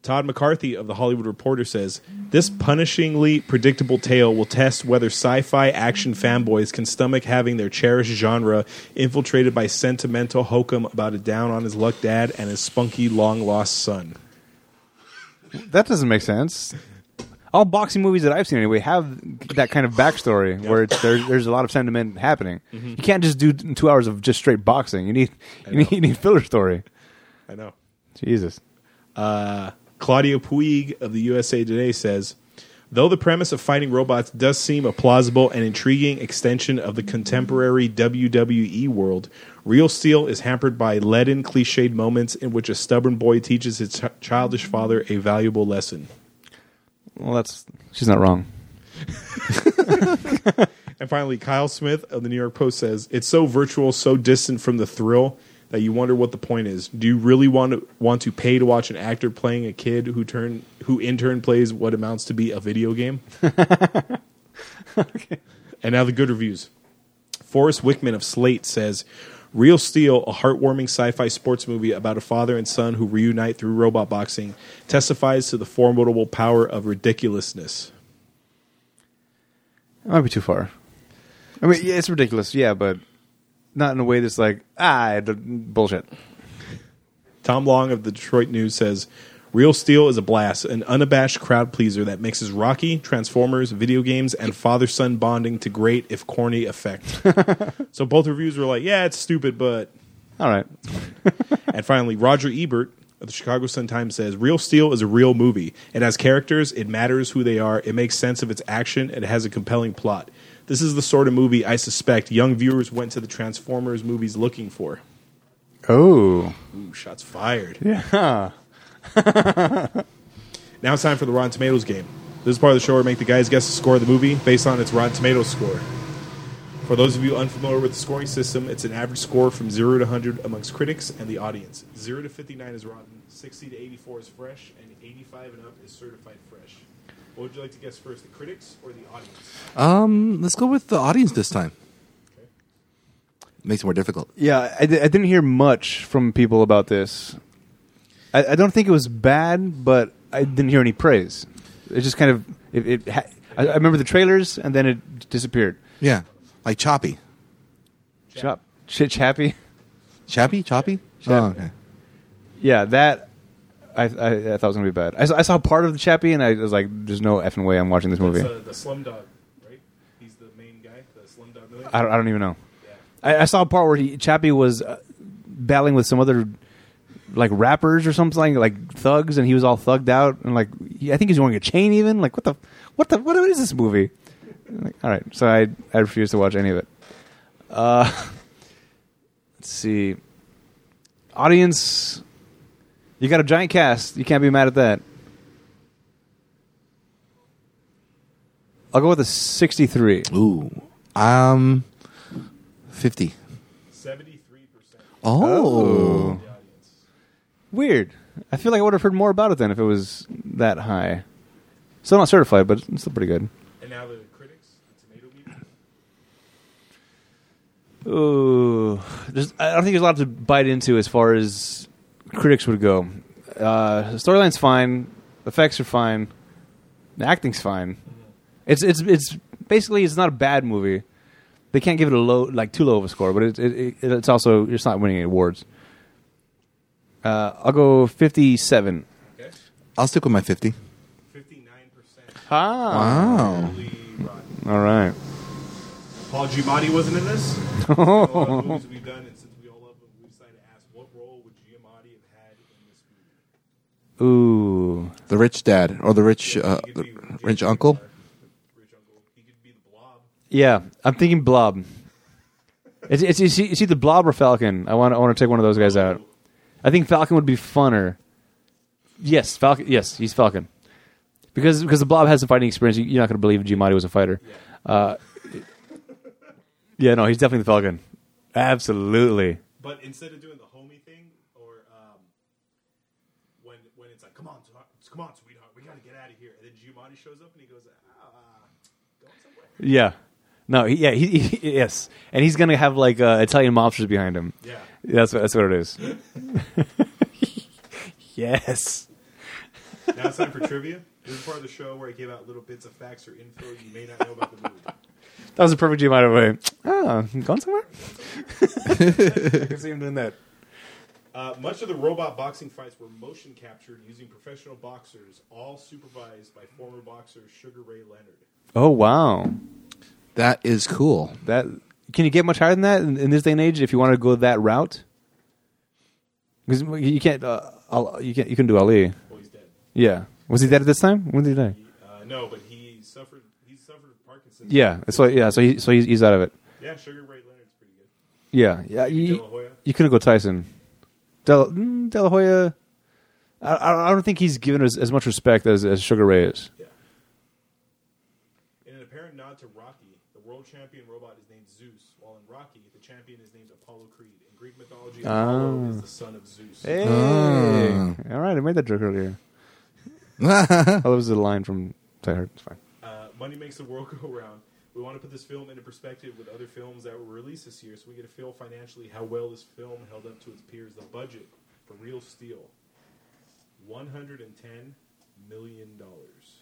A: Todd McCarthy of The Hollywood Reporter says this punishingly predictable tale will test whether sci fi action fanboys can stomach having their cherished genre infiltrated by sentimental hokum about a down on his luck dad and his spunky long lost son.
B: That doesn't make sense. All boxing movies that I've seen anyway have that kind of backstory where it's, there, there's a lot of sentiment happening. You can't just do two hours of just straight boxing. You need you need, you need filler story.
A: I know.
B: Jesus.
A: Claudia Puig of the USA Today says, though the premise of fighting robots does seem a plausible and intriguing extension of the contemporary WWE world, Real Steel is hampered by leaden, cliched moments in which a stubborn boy teaches his ch- childish father a valuable lesson.
B: Well, that's she's not wrong.
A: And finally, Kyle Smith of the New York Post says, "It's so virtual, so distant from the thrill that you wonder what the point is. Do you really want to want to pay to watch an actor playing a kid who turn who in turn plays what amounts to be a video game?" And now the good reviews. Forrest Wickman of Slate says, "Real Steel, a heartwarming sci-fi sports movie about a father and son who reunite through robot boxing, testifies to the formidable power of ridiculousness."
B: It might be too far. I mean, yeah, it's ridiculous, yeah, but not in a way that's like ah d- bullshit.
A: Tom Long of the Detroit News says, "Real Steel is a blast, an unabashed crowd pleaser that mixes Rocky, Transformers, video games, and father-son bonding to great, if corny, effect." so both reviews were like, "Yeah, it's stupid, but."
B: All right,
A: And finally, Roger Ebert of the Chicago Sun Times says, "Real Steel is a real movie. It has characters. It matters who they are. It makes sense of its action. It has a compelling plot." This is the sort of movie I suspect young viewers went to the Transformers movies looking for.
B: Oh,
A: Ooh, shots fired.
B: yeah.
A: Now it's time for the Rotten Tomatoes game. This is part of the show where we make the guys guess the score of the movie based on its Rotten Tomatoes score. For those of you unfamiliar with the scoring system, it's an average score from 0 to 100 amongst critics and the audience. 0 to 59 is rotten, 60 to 84 is fresh, and 85 and up is certified fresh. What would you like to guess first, the critics or the audience?
C: Um, let's go with the audience this time.
A: Okay.
C: Makes it more difficult.
B: Yeah, I, di- I didn't hear much from people about this. I, I don't think it was bad, but I didn't hear any praise. It just kind of it. it ha- I, I remember the trailers, and then it disappeared.
C: Yeah, like choppy,
B: Chop, chitch happy.
C: chappy, choppy. Oh,
B: Chappy.
C: okay.
B: Yeah, that I, I, I thought was gonna be bad. I, saw- I saw part of the Chappie, and I was like, "There's no effing way I'm watching this movie."
A: It's uh, the Slumdog, right? He's the main guy, the Slumdog Millionaire.
B: I don't, I don't even know.
A: Yeah.
B: I, I saw a part where he, Chappie was uh, battling with some other like rappers or something like thugs, and he was all thugged out, and like he, I think he's wearing a chain even. Like what the what the what is this movie? Like, all right, so I I refuse to watch any of it. Uh, let's see, audience, you got a giant cast. You can't be mad at that. I'll go with a sixty-three.
C: Ooh, um, fifty.
A: 73%
C: Oh,
A: the audience.
B: Weird. I feel like I would have heard more about it then if it was that high. Still not certified, but it's still pretty good.
A: And now the critics, the tomato meter.
B: Ooh, there's, I don't think there's a lot to bite into as far as critics would go. Uh, storyline's fine, effects are fine, the acting's fine. It's it's it's basically it's not a bad movie. They can't give it a low like too low of a score, but it, it, it it's also it's not winning any awards. Uh, I'll go fifty-seven.
A: Okay?
C: I'll stick with my fifty.
A: 59%.
B: Ah,
C: Wow.
A: Really rotten.
B: all right.
A: Paul Giamatti wasn't in this. A lot of movies we've done, and since we all love him, we decided to ask, what role would Giamatti have had in this movie?
B: Ooh.
C: The rich dad or the rich, uh,
A: He could
C: the
A: be
C: rich
A: Jason
C: uncle.
A: Clarke, the Rich uncle. He could be the Blob.
B: Yeah, I'm thinking Blob. It's it's, it's, it's either Blob or Falcon. I want I want to take one of those guys out. I think Falcon would be funner. Yes, Falcon. Yes, he's Falcon. Because because the Blob has some fighting experience. you- You're not going to believe Giamatti was a fighter. Uh, yeah, no, he's definitely the Falcon. Absolutely.
A: But instead of doing the homie thing, or um, when when it's like, come on, sweetheart- come on, sweetheart, we gotta get out of here, and then Giamatti shows up and he goes, ah, going somewhere.
B: Yeah. No. He, yeah. He, he- yes. And he's going to have like uh, Italian mobsters behind him.
A: Yeah.
B: That's what, that's what it is. yes.
D: Now it's time for trivia. This is part of the show where I give out little bits of facts or info you may not know about the movie.
B: That was a perfect G out of way. Ah, gone somewhere? I can see him doing that.
D: Uh, much of the robot boxing fights were motion captured using professional boxers, all supervised by former boxer Sugar Ray Leonard.
B: Oh wow,
C: That is cool.
B: that can you get much higher than that in, in this day and age? If you want to go that route, because you can't, uh, Al- you can't, you can do Ali.
D: Well, he's dead.
B: Yeah, was he dead at this time? When did he die?
D: He, uh, no, but he suffered. He suffered Parkinson's.
B: Yeah, so yeah, so he, so he's, he's out of it.
D: Yeah, Sugar Ray Leonard's pretty good.
B: Yeah, yeah.
D: De La Hoya?
B: You, you couldn't go Tyson. Del, mm, De La Hoya. I- I, I don't think he's given as, as much respect as, as Sugar Ray is.
D: Yeah. In an apparent nod to Rocky, the world champion robot is named Zeus, while in Rocky, the champion is named Apollo Creed. In Greek mythology, Apollo is the son of Zeus.
B: Ah. Hey, Ah. all right, I made that joke earlier. oh, that was a line from Die Hard. It's fine.
D: Uh, Money makes the world go round. We want to put this film into perspective with other films that were released this year, so we get to feel financially how well this film held up to its peers. The budget for Real Steel, one hundred and ten million dollars.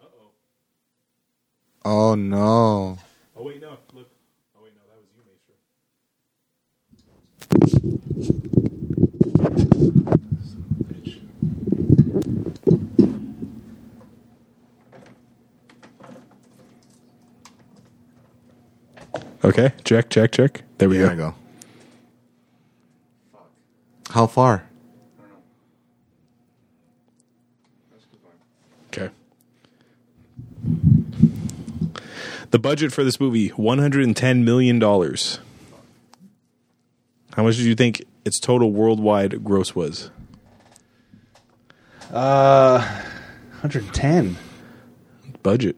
D: Uh oh.
C: Oh no.
D: Oh wait, no. Look. Oh wait, no. That was you, Maestro.
A: Okay, check, check, check. There we
C: There we
A: go.
C: go. How far?
A: Okay. The budget for this movie one hundred and ten million dollars. How much do you think its total worldwide gross was?
B: Uh, 110.
A: Budget,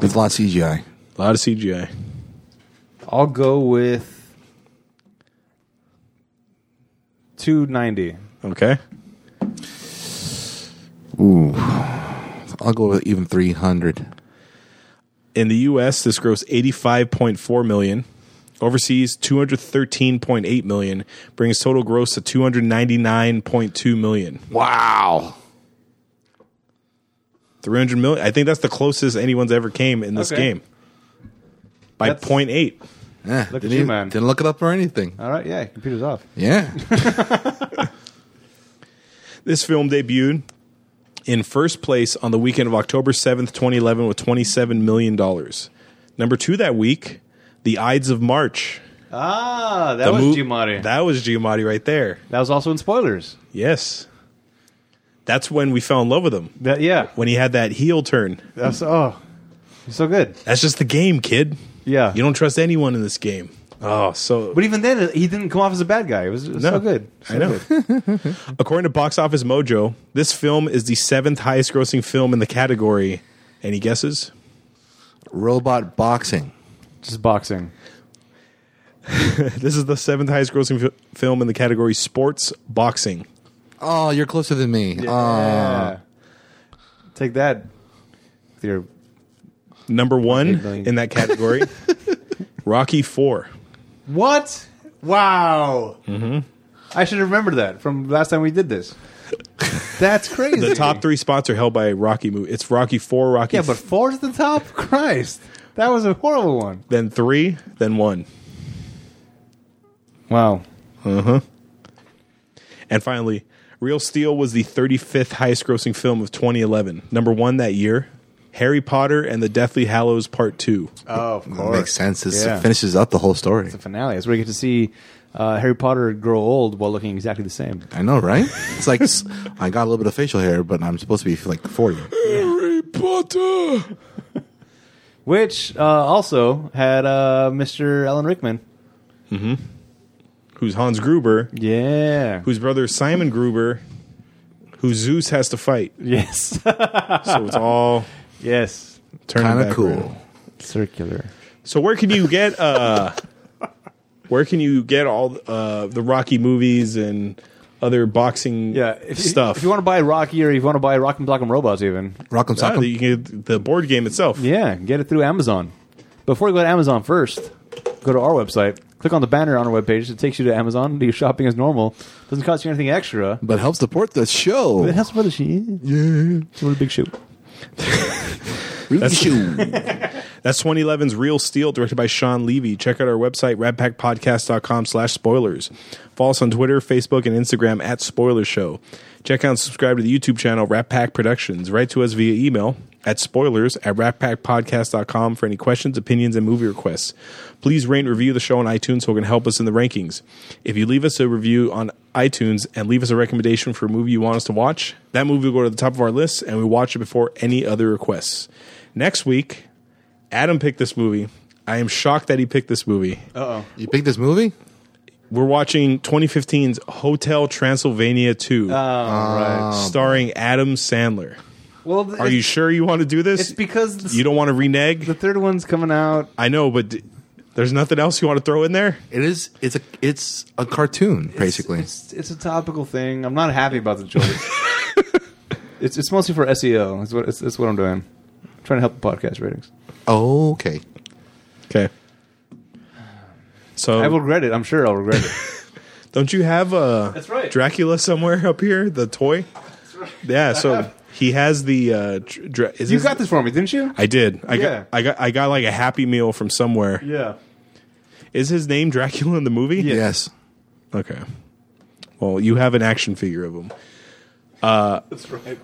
C: With a lot of CGI.
A: a lot of CGI.
B: I'll go with 290.
A: Okay,
C: Ooh. I'll go with even 300.
A: in the U.S., this grossed eighty-five point four million. Overseas, two hundred thirteen point eight million, brings total gross to two hundred ninety-nine point two million.
C: Wow.
A: Three hundred million. I think that's the closest anyone's ever came in this
B: Okay.
A: game by
B: That's-
A: point eight.
C: Yeah,
B: Look at
C: didn't
B: you,
C: even-
B: man.
C: Didn't look it up or anything.
B: All right, yeah, computer's off.
C: Yeah.
A: This film debuted in first place on the weekend of October 7th, 2011, with $27 million. Number two that week, The Ides of March.
B: Ah, that
A: The
B: was
A: mo-
B: Giamatti. That-,
A: That was Giamatti right there.
B: was also in spoilers.
A: Yes. That's when we fell in love with him,
B: That yeah,
A: when he had that heel turn.
B: that's oh, he's so good.
A: That's just the game, kid.
B: Yeah,
A: You don't trust anyone in this game. Oh, so
B: But even then, he didn't come off as a bad guy. It was, it was
A: No.
B: so good. So
A: I know.
B: good.
A: according to Box Office Mojo, this film is the seventh highest grossing film in the category. Any guesses?
C: Robot boxing.
B: Just boxing.
A: This is the seventh highest grossing f- film in the category sports boxing.
C: Oh, you're closer than me. Oh,
B: Yeah. Take that. with Your
A: Number
B: Eight
A: one
B: million.
A: in that category, Rocky Four.
B: what? Wow. Mm-hmm. I should remember that from last time we did this. That's crazy.
A: The top three spots are held by Rocky movie. It's Rocky Four, Rocky,
B: Yeah, but
A: f-
B: four's the top. Christ, that was a horrible one.
A: then three, then one,
B: Wow.
A: and finally, Real Steel was the 35th highest grossing film of 2011. Number one that year, Harry Potter and the Deathly Hallows Part Two.
B: Oh, of
C: Oh,
B: course.
C: makes sense. This
B: Yeah.
C: finishes up the whole story.
B: The finale is where you get to see uh, Harry Potter grow old while looking exactly the same.
C: I know, right? It's like s- I got a little bit of facial hair, but I'm supposed to be like 40.
A: Harry Potter.
B: Which uh, also had uh, Mr. Alan Rickman.
A: Who's Hans Gruber?
B: Yeah.
A: Whose brother is Simon Gruber? Who Zeus has to fight?
B: Yes.
A: So it's all
B: yes.
A: turning
C: Kind of
A: back
C: cool.
A: around.
B: Circular.
A: So where can you get uh where can you get all uh the Rocky movies and other boxing
B: Yeah. If,
A: stuff?
B: If you want to buy Rocky or if you want to buy Rock and Block and Robots, even
C: Rock'em
A: Yeah,
C: Sock'em.
A: you can get the board game itself.
B: yeah, get it through Amazon. Before you go to Amazon first, go to our website. Click on the banner on our webpage. It takes you to Amazon. Do your shopping as normal. Doesn't cost you anything extra.
C: But help support the show.
B: But that's what the she Yeah. It's a big shoe.
C: Really shoe.
A: That's 2011's Real Steel, directed by Sean Levy. Check out our website, radpackpodcast.com slash spoilers. Follow us on Twitter, Facebook, and Instagram at Spoiler Show. Check out and subscribe to the YouTube channel, Rat Pack Productions. Write to us via email at spoilers at ratpackpodcast.com for any questions, opinions, and movie requests. Please rate and review the show on iTunes so it can help us in the rankings. If you leave us a review on iTunes and leave us a recommendation for a movie you want us to watch, that movie will go to the top of our list and we watch it before any other requests. Next week, Adam picked this movie. I am shocked that he picked this movie.
B: Oh.
C: You picked this movie?
A: We're watching 2015's Hotel Transylvania 2,
B: Um,
A: starring Adam Sandler.
B: Well,
A: Ah. Are you sure you want to do this?
B: It's because the,
A: you don't want to renege.
B: the third one's coming out.
A: I know, but d- there's nothing else you want to throw in there.
C: It is. It's a. It's a cartoon, basically.
B: It's, it's, it's a topical thing. I'm not happy about the choice. it's it's mostly for SEO. That's what it's, that's what I'm doing. I'm trying to help the podcast ratings.
C: okay.
A: Okay. So
B: I
A: Oh.
B: will regret it. I'm sure I'll regret it.
A: don't you have uh,
B: That's right.
A: Dracula somewhere up here? The toy. Yeah. So he has the. Uh, dra- is
B: you
A: this-
B: got this for me, didn't you?
A: I did. I
B: Yeah.
A: got. I got. I got like a Happy Meal from somewhere.
B: Yeah.
A: Is his name Dracula in the movie?
B: Yeah.
C: Yes.
A: Okay. Well, you have an action figure of him.
B: That's right.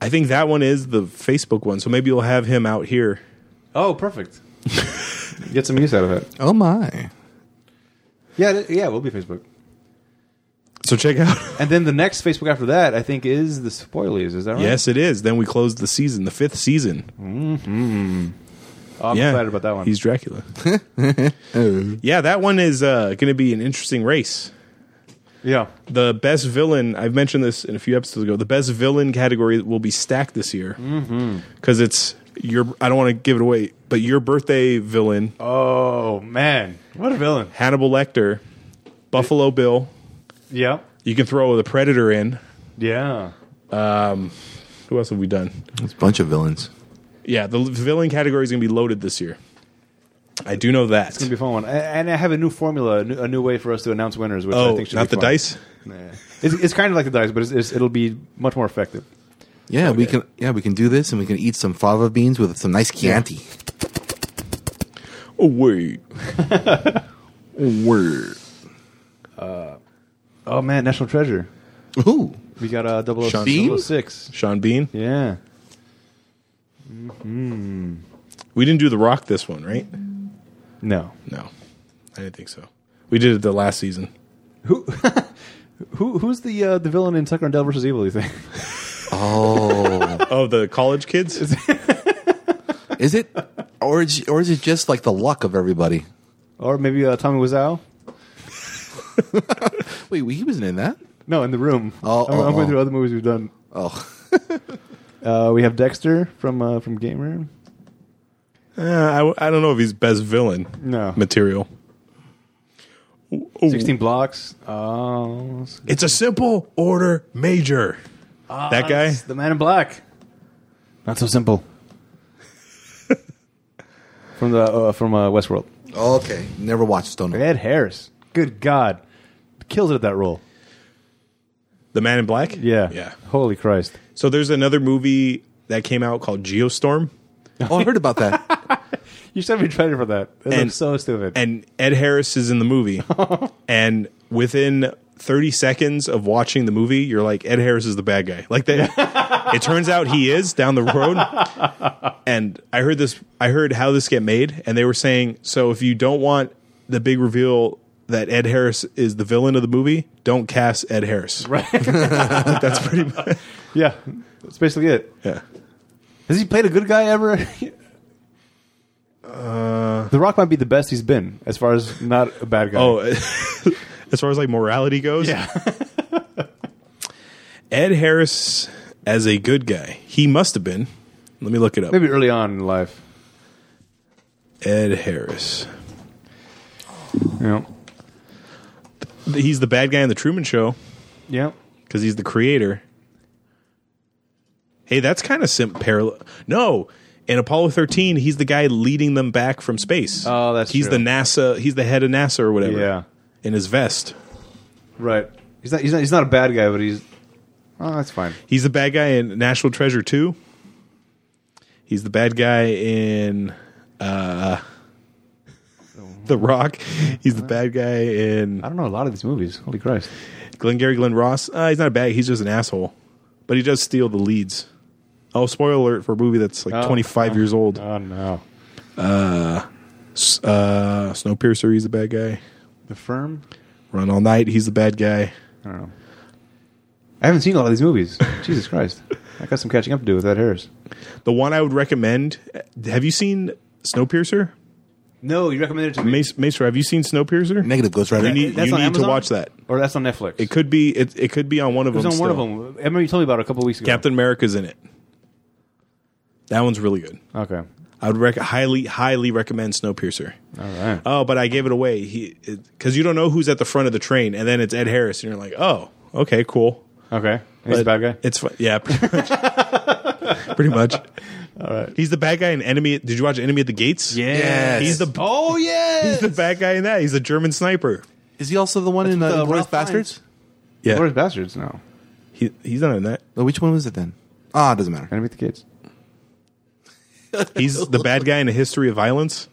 A: I think that one is the Facebook one, so maybe you'll have him out here.
B: Oh, perfect. Get some use out of it.
C: Oh my.
B: Yeah, th- yeah, we'll be Facebook.
A: So check out.
B: And then the next Facebook after that, I think, is the spoilers. Is that right?
A: yes, it is. Then we close the season, the fifth season.
B: Oh, I'm
A: yeah,
B: excited about that one.
A: He's Dracula. yeah, that one is uh, going to be an interesting race.
B: yeah.
A: The best villain. I've mentioned this in a few episodes ago. The best villain category will be stacked this year
B: Mm-hmm.
A: because it's your. I don't want to give it away, but your birthday villain,
B: Oh man, what a villain.
A: Hannibal Lecter, Buffalo Bill.
B: Yeah.
A: You can throw the Predator in.
B: Yeah.
A: Who else have we done?
C: It's a bunch of villains.
A: Yeah, the villain category is going to be loaded this year. I do know that.
B: It's gonna be a fun one, A- and I have a new formula, a new, a new way for us to announce winners. Which I
A: oh,
B: think should
A: not the
B: be fun.
A: dice.
B: Nah. It's, it's kind of like the dice, but it's, it's, it'll be much more effective.
C: Yeah, we can. Yeah, we can do this, and we can eat some fava beans with some nice Chianti.
A: Oh wait,
C: Word.
B: Oh man, National Treasure.
C: Ooh.
B: We got a double
C: Sean Bean?
B: 006.
A: Sean Bean.
B: Yeah.
A: We didn't do the Rock this one, right?
B: No.
A: No, I didn't think so. We did it the last season.
B: Who? who? Who's the uh, the villain in Tucker and Dale versus Evil? You think?
C: Oh.
A: Oh, the college kids.
C: is it? Or is, or is it just like the luck of everybody?
B: Or maybe uh, Tommy Wiseau?
C: Wait, he wasn't in that.
B: No, in the room.
C: Oh,
B: I'm,
C: oh,
B: I'm going
C: oh.
B: through other movies we've done.
C: Oh.
B: Uh, we have Dexter from uh, from Game Room.
A: Uh, I, I don't know if he's best villain
B: No.
A: material. Oh, oh.
B: 16 blocks. Oh,
A: It's a simple order major.
B: Ah.
A: that guy.
B: the Man in Black. Not so simple. from the uh, from uh, Westworld.
C: Okay. Never watched Stone.
B: Ed Harris. Good God, kills it at that role.
A: The Man in Black.
B: Yeah.
A: yeah.
B: Holy Christ.
A: So there's another movie that came out called Geostorm.
C: Oh, I heard about that.
B: You should be traded for that. That
A: And-
B: looks so stupid.
A: and Ed Harris is in the movie. and within 30 seconds of watching the movie, you're like, Ed Harris is the bad guy. Like that. it turns out he is down the road. and I heard this. I heard how this get made, and they were saying, so if you don't want the big reveal that Ed Harris is the villain of the movie, don't cast Ed Harris. Right. That's pretty. Much,
B: yeah, that's basically it.
A: yeah.
B: Has he played a good guy ever? the Rock might be the best he's been as far as not a bad guy.
A: Oh, as far as like morality goes,
B: yeah.
A: Ed Harris as a good guy, he must have been. Let me look it up.
B: Maybe early on in life.
A: Ed Harris.
B: Yeah.
A: He's the bad guy in the Truman Show
B: Yeah.
A: because he's the creator. Hey, that's kind of sim parallel. No, In Apollo 13, he's the guy leading them back from space.
B: Oh, that's
A: he's
B: true.
A: the NASA. He's the head of NASA or whatever.
B: Yeah.
A: in his vest.
B: Right. He's not. He's not. He's not a bad guy, but he's. Oh, that's fine.
A: He's the bad guy in National Treasure 2. He's the bad guy in uh The Rock. He's the bad guy in
B: I don't know a lot of these movies. Holy Christ!
A: Glengarry Glenn Ross. Uh, he's not a bad he's just an asshole. But he does steal the leads. Oh, spoiler alert for a movie that's like
B: Oh.
A: 25 years old.
B: Oh no.
A: S- Uh Snowpiercer, he's the bad guy.
B: The firm.
A: Run All Night, he's the bad guy.
B: I don't know. I haven't seen a lot of these movies. Jesus Christ! I got some catching up to do with that Harris.
A: The one I would recommend, have you seen Snowpiercer?
B: No, you recommended it to
A: Mace, Mace, have you seen Snowpiercer?
C: Negative Ghost Rider.
A: You need,
B: That's
A: you
B: on
A: need to
B: Amazon?
A: watch that.
B: or that's on Netflix.
A: It could be it, it could be on one of
B: It was
A: them.
B: on one of
A: still.
B: them. I remember you told me about it a couple weeks ago.
A: Captain America's in it. That one's really good.
B: Okay.
A: I would rec- highly highly recommend Snowpiercer.
B: All right.
A: Oh, but I gave it away. He because you don't know who's at the front of the train, and then it's Ed Harris, and you're like, oh, okay, cool.
B: Okay. He's a
A: But
B: bad guy.
A: It's fu- yeah, pretty much. pretty much. All right. He's the bad guy in Enemy. Did you watch Enemy at the Gates?
C: Yes.
A: He's the
B: Oh yeah.
A: he's the bad guy in that. He's a German sniper.
C: Is he also the one in
B: with,
C: uh,
B: uh,
C: Glorious
B: Ralph Fiennes.
C: Bastards?
A: Yeah.
B: Glorious bastards. No.
A: He, he's not in that.
C: Oh, which one was it then? Ah, it doesn't matter.
B: Enemy with the kids.
A: He's the bad guy in a history of violence.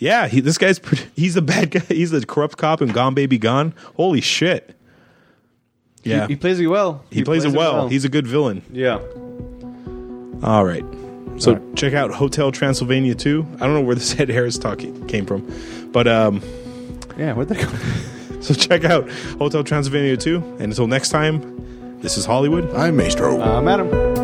A: Yeah, he, this guy's pretty, he's the bad guy. He's the corrupt cop in Gone Baby Gone. Holy shit! Yeah,
B: He,
A: he,
B: he plays it well. He,
A: plays, it well. He's a good villain.
B: yeah.
A: All right. So
B: All right.
A: check out Hotel Transylvania 2. I don't know where this Ed Harris talk came from, but um,
B: Yeah. Where'd that go?
A: so check out Hotel Transylvania 2. And until next time, this is Hollywood.
C: I'm Maestro.
B: Uh, Madam.